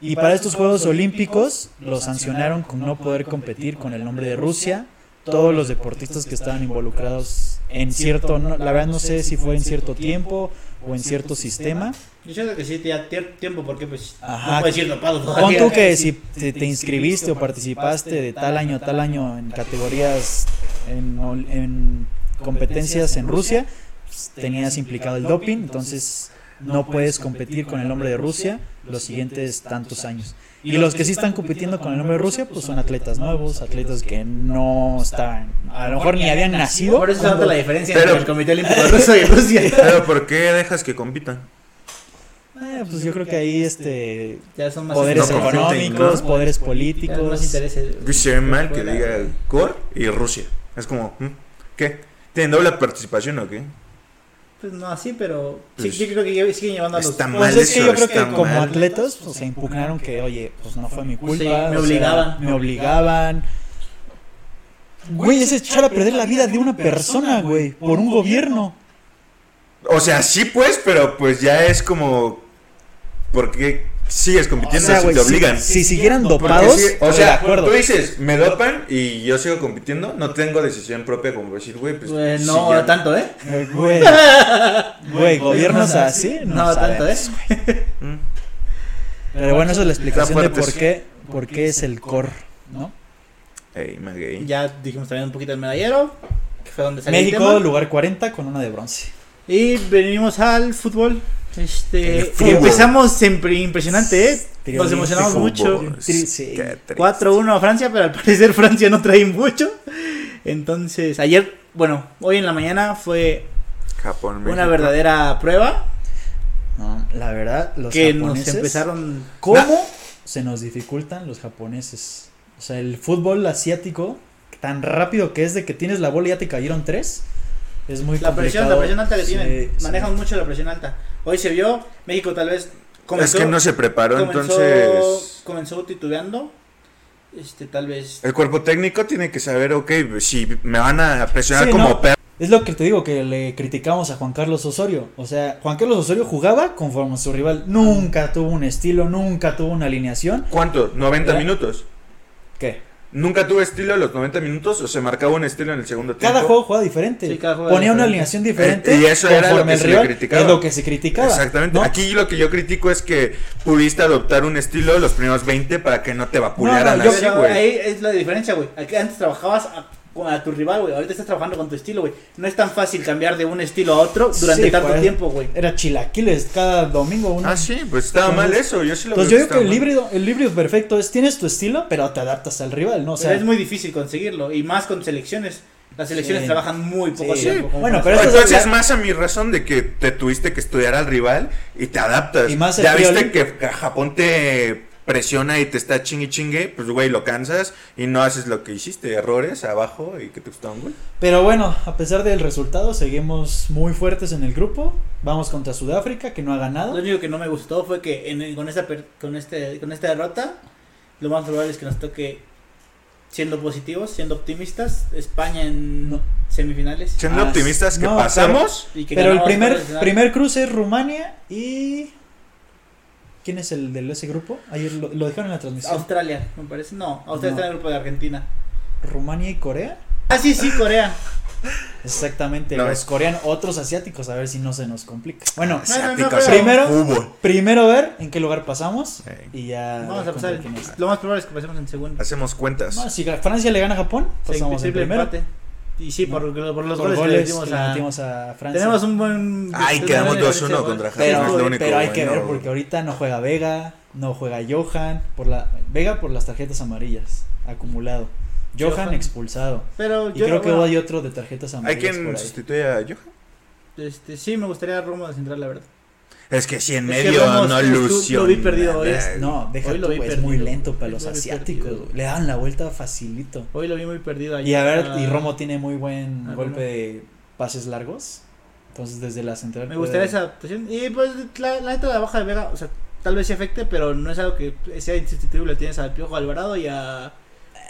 Speaker 3: y para estos Juegos Olímpicos los sancionaron con no poder competir con el nombre de Rusia. Todos los deportistas que estaban involucrados en cierto, no- la verdad no sé si fue en cierto tiempo o en cierto sistema,
Speaker 1: yo siento que sí, ya tier- tiempo, porque pues
Speaker 3: Ajá.
Speaker 1: no puedes ir dopado
Speaker 3: Pon
Speaker 1: todavía.
Speaker 3: tú que si te, te inscribiste o participaste de tal año a tal año en categorías, en, ol- en competencias en Rusia, pues, tenías implicado el doping, entonces no puedes competir con el nombre de Rusia los siguientes tantos años. Y los que sí están compitiendo con el nombre de Rusia, pues son atletas nuevos, atletas que no estaban, a lo mejor ni habían nacido.
Speaker 1: Por eso se nota la diferencia
Speaker 2: Pero-
Speaker 1: entre el Comité Olímpico Ruso y Rusia.
Speaker 2: Pero ¿por qué dejas que compitan?
Speaker 3: Eh, pues yo creo que ahí este
Speaker 1: ya son más
Speaker 3: poderes
Speaker 2: No
Speaker 1: intereses,
Speaker 2: compiten,
Speaker 3: económicos,
Speaker 2: ¿no?
Speaker 3: poderes
Speaker 1: ya son más
Speaker 3: políticos.
Speaker 1: intereses.
Speaker 2: Dice mal que diga Cor y Rusia. Es como, ¿hmm? ¿qué? ¿Tienen doble participación o qué?
Speaker 1: Pues no así, pero sí,
Speaker 2: Pues,
Speaker 1: yo creo que ya siguen llevando a los.
Speaker 2: está mal
Speaker 3: Pues es que
Speaker 2: eso,
Speaker 3: yo creo
Speaker 2: está
Speaker 3: que como
Speaker 2: mal.
Speaker 3: atletas pues, se impugnaron que, oye, pues no fue mi culpa.
Speaker 1: Sí, me
Speaker 3: o sea,
Speaker 1: obligaban.
Speaker 3: me obligaban. Güey, es echar a perder la vida de una persona, güey, por un gobierno.
Speaker 2: O sea, sí, pues, pero pues ya es como. Porque sigues compitiendo
Speaker 3: O sea,
Speaker 2: si
Speaker 3: güey,
Speaker 2: te obligan?
Speaker 3: Si siguieran
Speaker 2: Porque
Speaker 3: dopados,
Speaker 2: sí, o
Speaker 3: de
Speaker 2: sea,
Speaker 3: acuerdo.
Speaker 2: tú dices, me dopan y yo sigo compitiendo, no tengo decisión propia como decir, güey, pues.
Speaker 1: Güey,
Speaker 2: sí,
Speaker 1: no
Speaker 2: ya-
Speaker 1: tanto, ¿eh?
Speaker 3: Eh, Güey, güey, gobiernos así, no,
Speaker 1: No tanto, ¿eh?
Speaker 3: sabemos.
Speaker 2: Mm.
Speaker 3: Pero bueno, esa es la explicación de
Speaker 2: fuerte
Speaker 3: por
Speaker 2: eso.
Speaker 3: qué, por qué es el core, ¿no?
Speaker 2: Ey, más gay.
Speaker 1: Ya dijimos también un poquito del medallero, que fue donde salió el
Speaker 3: México,
Speaker 1: tema.
Speaker 3: lugar 40 con una de bronce.
Speaker 1: Y venimos al fútbol. Este,
Speaker 2: El fútbol.
Speaker 1: empezamos siempre impresionante, ¿eh? Nos
Speaker 3: Triolín,
Speaker 1: emocionamos
Speaker 2: Fútbol,
Speaker 1: mucho.
Speaker 3: Sí, sí.
Speaker 2: qué triste.
Speaker 1: 4-1 a Francia, pero al parecer Francia no trae mucho. Entonces, ayer, bueno, hoy en la mañana fue
Speaker 2: Japón,
Speaker 1: una
Speaker 2: México.
Speaker 1: verdadera prueba
Speaker 3: No, la verdad, los
Speaker 1: que
Speaker 3: japoneses.
Speaker 1: nos empezaron
Speaker 3: ¿Cómo se nos dificultan los japoneses? O sea, el fútbol asiático, tan rápido que es de que tienes la bola y ya te cayeron tres, es muy
Speaker 1: la presión,
Speaker 3: complicado.
Speaker 1: la presión alta que
Speaker 3: Sí,
Speaker 1: tienen.
Speaker 3: sí.
Speaker 1: Manejan mucho la presión alta. Hoy se vio, México tal vez
Speaker 2: Es que no se preparó,
Speaker 1: comenzó,
Speaker 2: entonces. Eh,
Speaker 1: comenzó titubeando. Este, tal vez
Speaker 2: El cuerpo técnico tiene que saber, ok, pues, si me van a presionar
Speaker 3: Sí,
Speaker 2: como
Speaker 3: ¿no?
Speaker 2: perro.
Speaker 3: Es lo que te digo que le criticamos a Juan Carlos Osorio. O sea, Juan Carlos Osorio jugaba conforme a su rival. Nunca tuvo un estilo, nunca tuvo una alineación.
Speaker 2: ¿Cuánto? 90
Speaker 3: ¿Verdad?
Speaker 2: minutos.
Speaker 3: ¿Qué?
Speaker 2: Nunca tuve estilo a los 90 minutos o se marcaba un estilo en el segundo tiempo.
Speaker 3: Cada juego jugaba diferente.
Speaker 1: Sí, cada juego era
Speaker 3: Ponía una
Speaker 1: diferente.
Speaker 3: alineación diferente.
Speaker 2: Eh, y eso era
Speaker 3: conforme
Speaker 2: lo que
Speaker 3: el
Speaker 2: se le
Speaker 3: rival.
Speaker 2: criticaba.
Speaker 3: Es lo que se criticaba.
Speaker 2: Exactamente.
Speaker 3: ¿no?
Speaker 2: Aquí lo que yo critico es que pudiste adoptar un estilo los primeros 20 para que no te vapulearan
Speaker 3: No, no, yo-
Speaker 2: así,
Speaker 1: Pero
Speaker 2: güey.
Speaker 1: ahí es la diferencia, güey. Aquí Antes trabajabas a, con- a tu rival, güey. Ahorita estás trabajando con tu estilo, güey. No es tan fácil cambiar de un estilo a otro durante
Speaker 3: Sí,
Speaker 1: tanto
Speaker 3: pues.
Speaker 1: tiempo, güey.
Speaker 3: Era chilaquiles cada domingo. Uno.
Speaker 2: Ah, sí, pues estaba mal eso. Yo sí lo
Speaker 3: Entonces yo
Speaker 2: veo
Speaker 3: digo que
Speaker 2: estaba
Speaker 3: el
Speaker 2: mal.
Speaker 3: híbrido, el híbrido perfecto es tienes tu estilo, pero te adaptas al rival, ¿no? O sea,
Speaker 1: pero es muy difícil conseguirlo. Y más con selecciones. Las selecciones
Speaker 3: Sí.
Speaker 1: trabajan muy poco
Speaker 3: Sí.
Speaker 1: tiempo. como
Speaker 3: Bueno,
Speaker 1: para
Speaker 3: pero
Speaker 1: hacer-
Speaker 3: esto
Speaker 2: Entonces
Speaker 3: es-
Speaker 2: más a mi razón de que te tuviste que estudiar al rival y te adaptas.
Speaker 3: Y más el
Speaker 2: ya viste
Speaker 3: Piolín.
Speaker 2: que Ca- Japón te presiona y te está chingue chingue, pues güey, lo cansas y no haces lo que hiciste, errores abajo y que te costó un gol.
Speaker 3: Pero bueno, a pesar del resultado, seguimos muy fuertes en el grupo. Vamos contra Sudáfrica, que no ha ganado.
Speaker 1: Lo único que no me gustó fue que en el- con, esta per- con, este, con esta derrota, lo más probable es que nos toque, siendo positivos, siendo optimistas, España en
Speaker 3: No.
Speaker 1: semifinales.
Speaker 2: Siendo
Speaker 3: Ah,
Speaker 2: optimistas que
Speaker 3: no,
Speaker 2: pasamos,
Speaker 1: Y que
Speaker 3: Pero el
Speaker 1: ganamos
Speaker 3: primer,
Speaker 1: por final.
Speaker 3: primer cruce es Rumania y... ¿Quién es el de ese grupo? Ayer lo, lo dejaron en la transmisión.
Speaker 1: Australia, me parece. No, Australia
Speaker 3: No.
Speaker 1: está en el grupo de Argentina.
Speaker 3: Rumania y Corea.
Speaker 1: Ah, sí, sí, Corea.
Speaker 3: Exactamente,
Speaker 2: No.
Speaker 3: los coreanos, otros asiáticos, a ver si no se nos complica. Bueno,
Speaker 1: No, no, no,
Speaker 2: asiáticos,
Speaker 1: pero-
Speaker 3: Primero-
Speaker 2: fútbol.
Speaker 3: primero ver en qué lugar pasamos
Speaker 2: Ey.
Speaker 3: y ya...
Speaker 1: Vamos
Speaker 3: ver
Speaker 1: a pasar.
Speaker 3: contra quién es.
Speaker 1: Lo más probable es que pasemos en segundo.
Speaker 2: Hacemos cuentas.
Speaker 3: No, si Francia le gana a Japón, pasamos en
Speaker 1: Posible
Speaker 3: primero.
Speaker 1: empate. Y sí,
Speaker 3: No.
Speaker 1: por, por los goles,
Speaker 3: Por
Speaker 1: que le
Speaker 3: goles
Speaker 1: metimos
Speaker 3: que le
Speaker 1: a-
Speaker 3: metimos a Francia.
Speaker 1: Tenemos un buen.
Speaker 2: Ay, quedamos 2-1 contra Japón,
Speaker 3: Pero,
Speaker 2: es lo único
Speaker 3: pero hay que
Speaker 2: bueno.
Speaker 3: ver porque ahorita no juega Vega, no juega Johan, por la Vega por las tarjetas amarillas, acumulado. Johan,
Speaker 1: Johan.
Speaker 3: expulsado.
Speaker 1: Pero
Speaker 3: Y
Speaker 1: yo.
Speaker 3: creo que
Speaker 1: bueno,
Speaker 3: hay otro de tarjetas
Speaker 2: ¿Hay
Speaker 3: amarillas por
Speaker 2: quien
Speaker 3: ahí.
Speaker 2: sustituye a Johan?
Speaker 1: este, sí, me gustaría a Romo de central, la verdad.
Speaker 2: Es que si en
Speaker 1: Es que
Speaker 2: medio
Speaker 1: Ramos,
Speaker 2: no
Speaker 1: tú- tú lo vi
Speaker 2: lució.
Speaker 1: perdido hoy,
Speaker 2: nada.
Speaker 3: No, deja
Speaker 1: Hoy lo
Speaker 3: tú,
Speaker 1: vi
Speaker 3: güey, es
Speaker 1: perdido,
Speaker 3: muy lento para
Speaker 1: hoy
Speaker 3: los
Speaker 1: lo vi
Speaker 3: asiáticos.
Speaker 1: perdido.
Speaker 3: güey. Le dan la vuelta facilito.
Speaker 1: Hoy lo vi muy perdido. Ah,
Speaker 3: Y a ver, y
Speaker 1: Romo
Speaker 3: Romo tiene muy buen
Speaker 1: Ah,
Speaker 3: golpe
Speaker 1: Romo.
Speaker 3: de pases largos. Entonces desde la central
Speaker 1: Me
Speaker 3: puede-
Speaker 1: gustaría esa posición. Y pues la, la neta la baja de Vega, o sea, tal vez se afecte, pero no es algo que sea insustituible. Tienes al Piojo Alvarado y a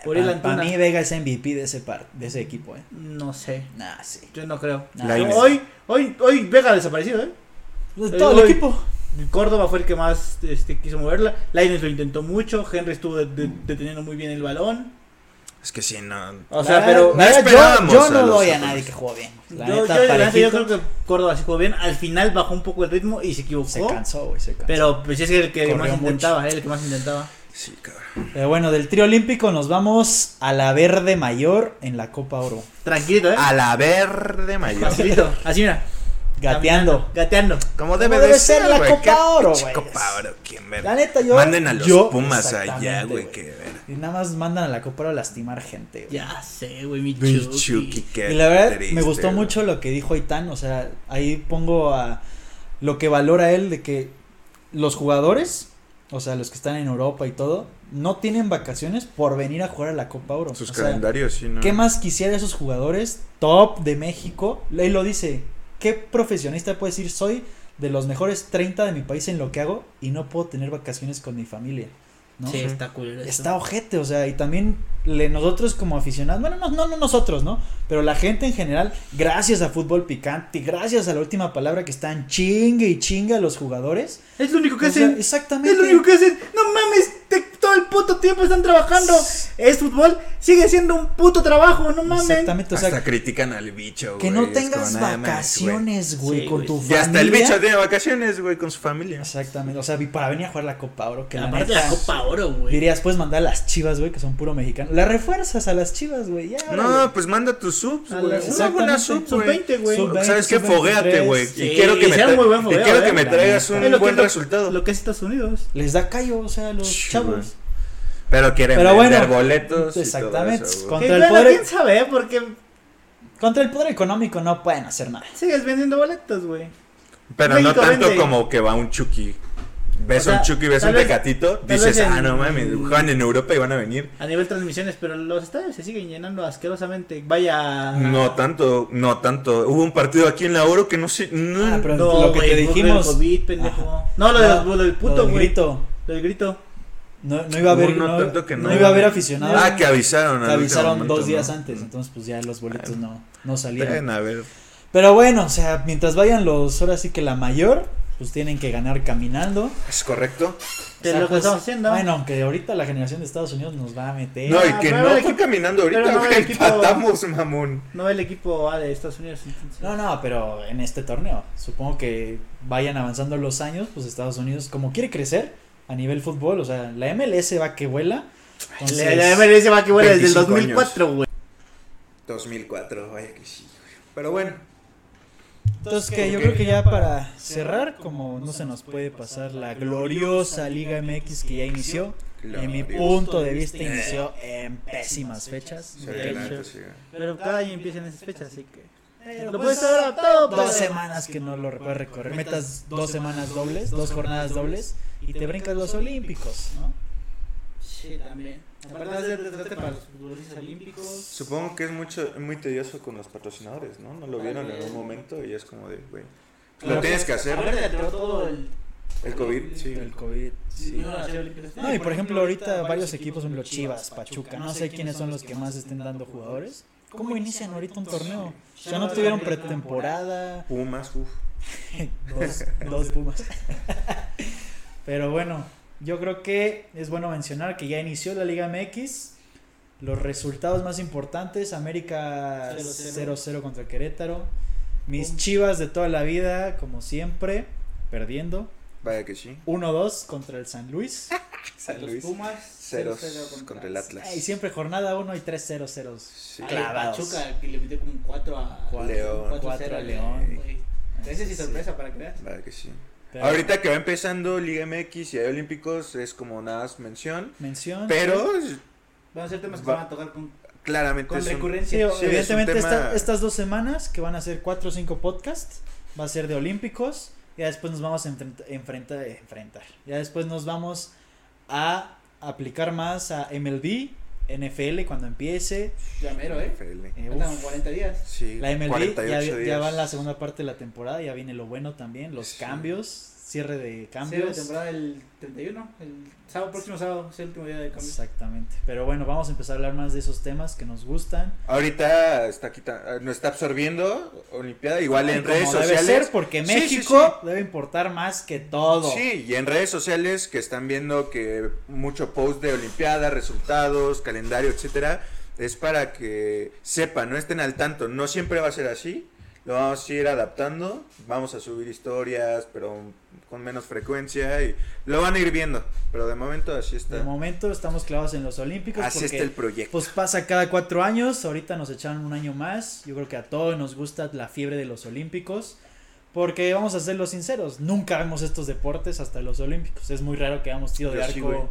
Speaker 1: Uriel
Speaker 3: Para, para
Speaker 1: Antuna.
Speaker 3: Eh, mí Vega es MVP de ese par, de ese equipo, eh.
Speaker 1: No sé,
Speaker 3: Nah, sí.
Speaker 1: yo no creo.
Speaker 3: Nah.
Speaker 2: Lainez.
Speaker 1: Hoy, hoy, hoy Vega ha desaparecido, ¿eh?
Speaker 3: Todo el
Speaker 1: voy.
Speaker 3: equipo.
Speaker 1: Córdoba fue el que más este, quiso moverla. Lainez lo intentó mucho. Henry estuvo de- de- deteniendo muy bien el balón.
Speaker 2: Es que si no.
Speaker 1: O sea,
Speaker 3: La-
Speaker 1: pero.
Speaker 3: la
Speaker 2: No
Speaker 3: verdad,
Speaker 2: esperábamos
Speaker 3: yo, yo
Speaker 2: a
Speaker 3: no
Speaker 2: los
Speaker 3: doy a
Speaker 2: otros.
Speaker 3: nadie que juegue bien. La
Speaker 1: yo,
Speaker 3: neta,
Speaker 1: yo, la neta, yo
Speaker 3: parejito,
Speaker 1: creo que Córdoba se jugó bien. Al final bajó un poco el ritmo y se
Speaker 3: se
Speaker 1: equivocó.
Speaker 3: cansó, güey, se cansó. Pero,
Speaker 1: Pero pues es el que
Speaker 3: Corrió
Speaker 1: más
Speaker 3: mucho.
Speaker 1: intentaba, ¿eh? el que más intentaba.
Speaker 2: Sí, cabrón.
Speaker 3: bueno, del trío olímpico nos vamos a la verde mayor en la Copa Oro.
Speaker 1: Tranquilito, ¿eh?
Speaker 2: A la verde mayor.
Speaker 1: Facilito. Así mira.
Speaker 3: Gateando.
Speaker 1: Gateando.
Speaker 2: Como debe,
Speaker 3: debe
Speaker 2: de
Speaker 3: ser la
Speaker 2: güey,
Speaker 3: Copa
Speaker 2: qué
Speaker 3: Oro,
Speaker 2: pinche
Speaker 3: güey.
Speaker 2: Copa Oro, quién verga.
Speaker 3: La neta, yo.
Speaker 2: Manden a los
Speaker 3: yo-
Speaker 2: Pumas
Speaker 3: exactamente,
Speaker 2: allá, güey, que ver.
Speaker 3: Y nada más mandan a la Copa Oro a lastimar gente, güey.
Speaker 1: Ya sé, güey, mi
Speaker 2: Pinche
Speaker 1: Chucky.
Speaker 2: Chucky, qué
Speaker 3: Y la verdad, me
Speaker 2: triste,
Speaker 3: gustó
Speaker 2: güey.
Speaker 3: mucho lo que dijo Aitán, o sea, ahí pongo a lo que valora él de que los jugadores, o sea, los que están en Europa y todo, no tienen vacaciones por venir a jugar a la Copa Oro.
Speaker 2: Sus
Speaker 3: O sea,
Speaker 2: calendarios, sí, ¿no?
Speaker 1: Mm.
Speaker 3: ¿Qué más quisiera esos jugadores top de México? Él lo dice. ¿Qué profesionista puede decir soy de los mejores 30 de mi país en lo que hago y no puedo tener vacaciones con mi familia? ¿no?
Speaker 1: Sí, está culero. eso.
Speaker 3: Está ojete, o sea, y también le- nosotros como aficionados, bueno, no, no, no nosotros, ¿no? Pero la gente en general, gracias a Fútbol Picante, gracias a la última palabra que están chingue y chingue a los jugadores.
Speaker 1: Es lo único que
Speaker 3: O sea,
Speaker 1: hacen.
Speaker 3: exactamente.
Speaker 1: Es lo único que hacen. No mames, te- todo el puto tiempo están trabajando. Es fútbol, sigue siendo un puto trabajo, no mames.
Speaker 3: Exactamente, o sea,
Speaker 2: Hasta critican al bicho, güey.
Speaker 3: que no
Speaker 2: es
Speaker 3: tengas
Speaker 2: como, "Nada más,
Speaker 3: vacaciones, güey,
Speaker 1: Sí,
Speaker 3: con
Speaker 1: güey.
Speaker 3: tu
Speaker 2: güey". Y
Speaker 3: familia.
Speaker 2: hasta el bicho tiene vacaciones, güey, con su familia.
Speaker 3: Exactamente, o sea, vi- para venir a jugar la Copa Oro, que la
Speaker 1: Aparte
Speaker 3: neta,
Speaker 1: la Copa Oro, güey.
Speaker 3: Dirías, puedes mandar a las chivas, güey, que son puro mexicano. La refuerzas a las chivas, güey, ya.
Speaker 2: No, pues manda tus subs,
Speaker 1: A
Speaker 2: güey.
Speaker 1: las-
Speaker 2: Una buena
Speaker 3: exactamente.
Speaker 2: sub,
Speaker 1: Son
Speaker 2: güey.
Speaker 1: 20, güey.
Speaker 3: Son veinte,
Speaker 2: ¿Sabes qué?
Speaker 3: son
Speaker 2: Fogueate,
Speaker 3: 23.
Speaker 2: güey.
Speaker 1: Sí,
Speaker 2: y quiero que me,
Speaker 1: sea un
Speaker 2: tra-
Speaker 1: muy buen
Speaker 2: y
Speaker 1: fogueo,
Speaker 2: quiero que
Speaker 1: eh,
Speaker 2: me
Speaker 1: la
Speaker 2: traigas
Speaker 3: neta.
Speaker 2: un
Speaker 1: Es lo que-
Speaker 2: buen
Speaker 1: lo-
Speaker 2: resultado.
Speaker 1: Lo que es Estados Unidos.
Speaker 3: Les da callo, o sea, a los
Speaker 2: Sí,
Speaker 3: chavos.
Speaker 2: güey. Pero quieren
Speaker 3: Pero
Speaker 2: vender
Speaker 3: bueno,
Speaker 2: boletos. y
Speaker 3: exactamente,
Speaker 2: todo eso, güey.
Speaker 3: con-
Speaker 1: Que
Speaker 3: Contra el
Speaker 1: bueno,
Speaker 3: poder-
Speaker 1: quién sabe, porque
Speaker 3: Contra el poder económico no pueden hacer nada.
Speaker 1: sigues vendiendo boletos, güey.
Speaker 2: Pero
Speaker 1: México
Speaker 2: no tanto
Speaker 1: vende.
Speaker 2: como que va un Chucky. Ves
Speaker 1: O sea,
Speaker 2: un Chucky, ves
Speaker 1: tal
Speaker 2: un
Speaker 1: vez-
Speaker 2: tecatito,
Speaker 1: tal vez
Speaker 2: dices, ah,
Speaker 1: en-
Speaker 2: no mames, juegan en Europa y van a venir.
Speaker 1: A nivel transmisiones, pero los estadios se siguen llenando asquerosamente. Vaya.
Speaker 2: No tanto, no tanto. Hubo un partido aquí en la Oro que no sé. no-
Speaker 3: Ah, pero
Speaker 1: No,
Speaker 3: lo que
Speaker 1: güey,
Speaker 3: te
Speaker 1: por
Speaker 3: dijimos.
Speaker 1: el COVID, pendejo.
Speaker 3: Ajá.
Speaker 1: No, lo, de-
Speaker 3: No,
Speaker 1: lo del
Speaker 3: lo
Speaker 1: puto,
Speaker 3: del
Speaker 1: güey.
Speaker 3: grito.
Speaker 1: Lo del grito.
Speaker 3: No, no iba a haber,
Speaker 2: No,
Speaker 3: no,
Speaker 2: no, tanto que
Speaker 3: no
Speaker 2: no.
Speaker 3: iba a haber aficionados.
Speaker 2: ah, que avisaron.
Speaker 3: Te
Speaker 2: al último
Speaker 3: avisaron
Speaker 2: momento,
Speaker 3: dos días
Speaker 2: ¿no?
Speaker 3: antes, entonces pues ya los boletos no, no salieron.
Speaker 2: Ven, a ver.
Speaker 3: Pero bueno, o sea, mientras vayan los, ahora sí que la mayor, pues tienen que ganar caminando.
Speaker 2: ¿Es correcto?
Speaker 1: De
Speaker 3: O sea,
Speaker 1: lo que
Speaker 3: pues,
Speaker 1: estamos haciendo.
Speaker 3: Bueno, aunque ahorita la generación de Estados Unidos nos va a meter.
Speaker 2: No,
Speaker 1: Ah,
Speaker 2: y que
Speaker 1: pero
Speaker 2: no
Speaker 1: el
Speaker 2: fue
Speaker 1: equipo-
Speaker 2: caminando
Speaker 1: pero
Speaker 2: ahorita,
Speaker 1: no, el
Speaker 2: güey.
Speaker 1: equipo-
Speaker 2: empatamos, mamón.
Speaker 1: No el equipo A de Estados Unidos. entonces.
Speaker 3: No, no, pero en este torneo. Supongo que vayan avanzando los años, pues Estados Unidos, como quiere crecer a nivel fútbol, o sea, la MLS va que vuela. entonces-
Speaker 1: La, la MLS va que vuela desde el
Speaker 2: 25 años.
Speaker 1: 2004, güey.
Speaker 2: 2004, vaya que sí. Pero bueno.
Speaker 3: Entonces, que yo creo que ya para cerrar, como no se nos puede pasar la gloriosa Liga MX que ya inició, en mi punto de vista inició en pésimas fechas.
Speaker 2: Sí,
Speaker 1: De
Speaker 2: la
Speaker 1: hecho.
Speaker 2: neta, sí, güey.
Speaker 1: Pero cada año empieza en esas fechas, así que.
Speaker 3: Eh,
Speaker 1: Lo puedes haber adaptado, pero.
Speaker 3: Dos semanas que no lo puedes recorrer, metas dos semanas dobles, dos jornadas dobles y te brincas los olímpicos, ¿no?
Speaker 1: Sí, también. Aparte, hace desgaste para los futbolistas olímpicos.
Speaker 2: Supongo que es mucho, muy tedioso con los patrocinadores, ¿no? No lo vieron en algún momento y es como de, güey. Lo tienes que hacer.
Speaker 1: Aparte, te atoró todo el.
Speaker 2: El COVID, sí.
Speaker 3: El COVID.
Speaker 1: Sí. No, las olímpicas.
Speaker 3: No, y por ejemplo, ahorita varios equipos, por ejemplo, Chivas, Pachuca, no sé quiénes son los que más estén dando jugadores. ¿Cómo inician ahorita un torneo? Ya no tuvieron pretemporada,
Speaker 2: Pumas, uff.
Speaker 3: dos, dos Pumas. Pero bueno, yo creo que es bueno mencionar que ya inició la Liga MX. Los resultados más importantes, América
Speaker 1: 0-0.
Speaker 3: 0-0 contra Querétaro. Mis Chivas de toda la vida, como siempre, perdiendo.
Speaker 2: Vaya que sí.
Speaker 3: 1-2 contra el San Luis.
Speaker 2: San
Speaker 1: Los
Speaker 2: Luis.
Speaker 1: Pumas.
Speaker 2: Ceros
Speaker 1: 0-0
Speaker 2: contra el Atlas.
Speaker 3: Y siempre jornada 1 y 3-0-0.
Speaker 2: Sí.
Speaker 1: Ay,
Speaker 3: Clavados.
Speaker 1: Pachuca, que le metió como 4 a
Speaker 3: Cuatro,
Speaker 2: León.
Speaker 3: cuatro
Speaker 1: 4
Speaker 3: a León,
Speaker 2: güey.
Speaker 1: Ese sí
Speaker 3: Sí.
Speaker 1: sorpresa para crear.
Speaker 2: Vaya que sí.
Speaker 3: Pero-
Speaker 2: Ahorita que va empezando Liga MX y hay Olímpicos, es como nada más mención.
Speaker 3: Mención.
Speaker 2: Pero
Speaker 1: Van a ser temas que
Speaker 2: Va-
Speaker 1: van a tocar con,
Speaker 2: claramente
Speaker 1: con
Speaker 2: es un-
Speaker 3: Sí,
Speaker 1: recurrencia.
Speaker 2: es un
Speaker 3: evidentemente
Speaker 2: tema-
Speaker 3: esta- estas dos semanas que van a ser 4 o 5 podcasts va a ser de olímpicos y después nos vamos a enfrenta- enfrenta- enfrentar ya después nos vamos a aplicar más a MLB NFL cuando empiece
Speaker 1: Ya mero, ¿eh?
Speaker 2: NFL.
Speaker 3: Eh,
Speaker 1: Faltan
Speaker 3: uf,
Speaker 1: 40 días.
Speaker 2: Sí,
Speaker 3: la MLB ya,
Speaker 2: 48
Speaker 3: ya
Speaker 2: días.
Speaker 3: va en la segunda parte de la temporada ya viene lo bueno también los
Speaker 2: Sí.
Speaker 3: cambios cierre de
Speaker 1: Cierra la
Speaker 3: cambios
Speaker 1: temporada el 31. El sábado, próximo sábado es el último día de cambio.
Speaker 3: exactamente pero bueno vamos a empezar a hablar más de esos temas que nos gustan
Speaker 2: Ahorita está quita, eh, no está absorbiendo Olimpiada, igual
Speaker 3: Y
Speaker 2: en
Speaker 3: como
Speaker 2: redes
Speaker 3: debe
Speaker 2: sociales.
Speaker 3: ser porque
Speaker 2: Sí, sí,
Speaker 3: México
Speaker 2: sí.
Speaker 3: debe importar más que todo
Speaker 2: Sí, y en redes sociales que están viendo que mucho post de Olimpiada, resultados, calendario, etcétera, es para que sepan, no estén al tanto. No siempre va a ser así. Lo vamos a ir adaptando. Vamos a subir historias, pero con menos frecuencia y lo van a ir viendo. Pero de momento así
Speaker 3: De
Speaker 2: está.
Speaker 3: momento estamos clavados en los Olímpicos
Speaker 2: Así
Speaker 3: porque
Speaker 2: está el proyecto.
Speaker 3: pues pasa cada cuatro años, ahorita nos echaron un año más, yo creo que a todos nos gusta la fiebre de los Olímpicos, porque vamos a serlo sinceros, nunca vemos estos deportes hasta los Olímpicos, es muy raro que hagamos tiro de
Speaker 2: Yo sí,
Speaker 3: arco.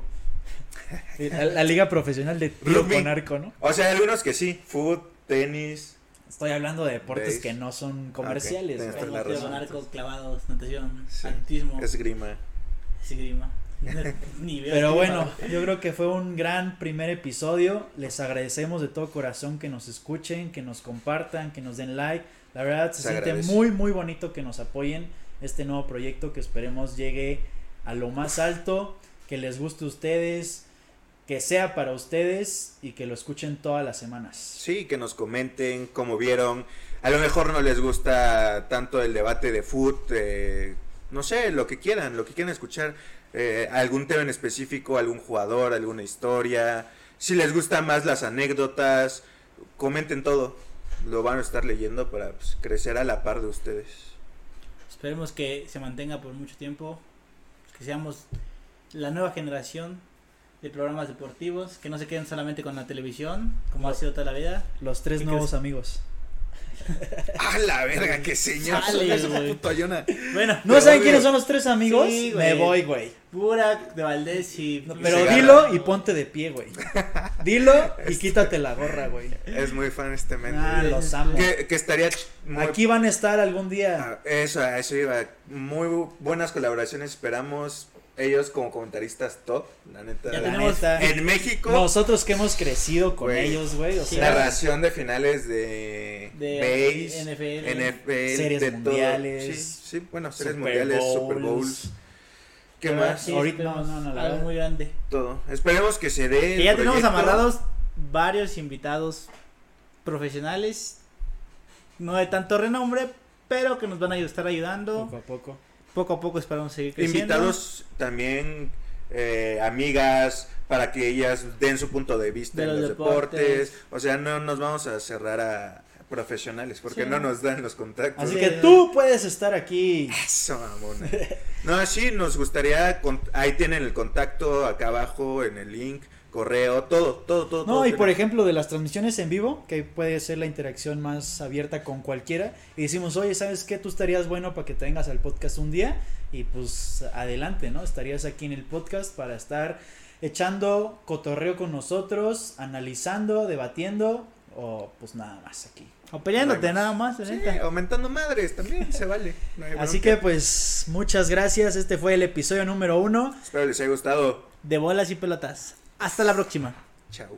Speaker 3: Sí, la, la liga profesional de tiro
Speaker 2: Rugby.
Speaker 3: con arco, ¿no?
Speaker 2: O sea, hay algunos que sí, fútbol, tenis,
Speaker 3: Estoy hablando de deportes
Speaker 2: ¿Veis?
Speaker 3: que no son comerciales.
Speaker 2: Ah, tienes
Speaker 3: güey.
Speaker 2: toda la
Speaker 1: Tiro
Speaker 2: razón.
Speaker 1: con arco, clavados, natación,
Speaker 2: Sí.
Speaker 1: atletismo,
Speaker 2: esgrima.
Speaker 1: esgrima. Ni veo esgrima.
Speaker 3: Pero bueno, yo creo que fue un gran primer episodio. Les agradecemos de todo corazón que nos escuchen, que nos compartan, que nos den like. La verdad se,
Speaker 2: Se
Speaker 3: siente
Speaker 2: agradece.
Speaker 3: muy muy bonito que nos apoyen este nuevo proyecto que esperemos llegue a lo más alto, que les guste a ustedes. que sea para ustedes y que lo escuchen todas las semanas.
Speaker 2: Sí, que nos comenten cómo vieron. A lo mejor no les gusta tanto el debate de foot, eh, no sé, lo que quieran, lo que quieran escuchar. eh, algún tema en específico, algún jugador, alguna historia. Si les gustan más las anécdotas, comenten todo. Lo van a estar leyendo para pues, crecer a la par de ustedes.
Speaker 1: Esperemos que se mantenga por mucho tiempo. Que seamos la nueva generación de programas deportivos. Que no se queden solamente con la televisión, como ha sido toda la vida.
Speaker 3: Los tres
Speaker 1: ¿Qué
Speaker 3: nuevos
Speaker 1: crees?
Speaker 3: amigos.
Speaker 2: ¡A la verga, qué señor!
Speaker 1: Chale,
Speaker 2: Eso,
Speaker 1: güey.
Speaker 2: puto Ayona.
Speaker 1: Bueno,
Speaker 3: ¿No
Speaker 2: Me
Speaker 3: saben
Speaker 2: voy,
Speaker 3: quiénes
Speaker 2: güey.
Speaker 3: son los tres amigos?
Speaker 1: Sí, güey.
Speaker 3: Me voy, güey.
Speaker 1: Burak de Valdés y.
Speaker 3: No,
Speaker 1: y
Speaker 3: pero
Speaker 2: Segarra.
Speaker 3: dilo y ponte de pie, güey. Dilo y quítate la gorra, güey.
Speaker 2: Es muy fan este men.
Speaker 3: Ah, los amo.
Speaker 2: que, que estaría ch- muy
Speaker 3: Aquí van a estar algún día.
Speaker 2: Ah, Eso, a eso iba. Muy bu- buenas colaboraciones esperamos. Ellos como comentaristas top, la neta.
Speaker 1: Ya
Speaker 3: la
Speaker 1: tenemos-
Speaker 3: neta.
Speaker 2: En México,
Speaker 3: Nosotros que hemos crecido con
Speaker 2: Güey.
Speaker 3: ellos, güey. O
Speaker 1: Sí.
Speaker 3: sea,
Speaker 2: narración de finales de,
Speaker 1: De
Speaker 2: base,
Speaker 1: NFL,
Speaker 2: NFL,
Speaker 3: series
Speaker 2: de todo.
Speaker 3: mundiales,
Speaker 2: Sí, sí, bueno, series
Speaker 3: Super
Speaker 2: mundiales,
Speaker 3: Bowls.
Speaker 2: Super Bowls. ¿Qué
Speaker 1: la verdad,
Speaker 2: más?
Speaker 1: Ah, sí,
Speaker 3: Ahorita-
Speaker 1: esperemos
Speaker 3: no, no, no, la
Speaker 1: algo
Speaker 3: verdad.
Speaker 1: muy grande.
Speaker 2: Todo. Esperemos que se dé.
Speaker 1: Que
Speaker 2: el
Speaker 1: Eh, ya tenemos
Speaker 2: proyecto.
Speaker 1: amarrados varios invitados profesionales, no de tanto renombre, pero que nos van a estar ayudando.
Speaker 3: poco a poco.
Speaker 1: Poco a poco esperamos seguir creciendo.
Speaker 2: Invitados también, eh, amigas, para que ellas den su punto de vista
Speaker 1: De
Speaker 2: en
Speaker 1: los
Speaker 2: los deportes.
Speaker 1: deportes.
Speaker 2: O sea, no nos vamos a cerrar a profesionales porque
Speaker 1: Sí.
Speaker 2: no nos dan los contactos.
Speaker 3: Así
Speaker 1: Sí.
Speaker 3: que tú puedes estar aquí.
Speaker 2: Eso, mamona. No, sí, nos gustaría. con- Ahí tienen el contacto acá abajo en el link, correo, todo, todo, todo.
Speaker 3: No,
Speaker 2: todo
Speaker 3: y por
Speaker 2: tenemos.
Speaker 3: ejemplo, de las transmisiones en vivo, que puede ser la interacción más abierta con cualquiera, y decimos, oye, ¿sabes qué? Tú estarías bueno para que te vengas al podcast un día, y pues adelante, ¿no? Estarías aquí en el podcast para estar echando cotorreo con nosotros, analizando, debatiendo, o pues nada más aquí.
Speaker 1: O peleándote
Speaker 2: Bueno.
Speaker 1: nada más, ¿eh? la neta.
Speaker 2: Sí, aumentando madres también, se vale. no hay
Speaker 3: Así que
Speaker 2: bronca.
Speaker 3: pues muchas gracias, este fue el episodio número uno.
Speaker 2: Espero les haya gustado.
Speaker 1: De bolas y pelotas. Hasta la próxima.
Speaker 2: Chao.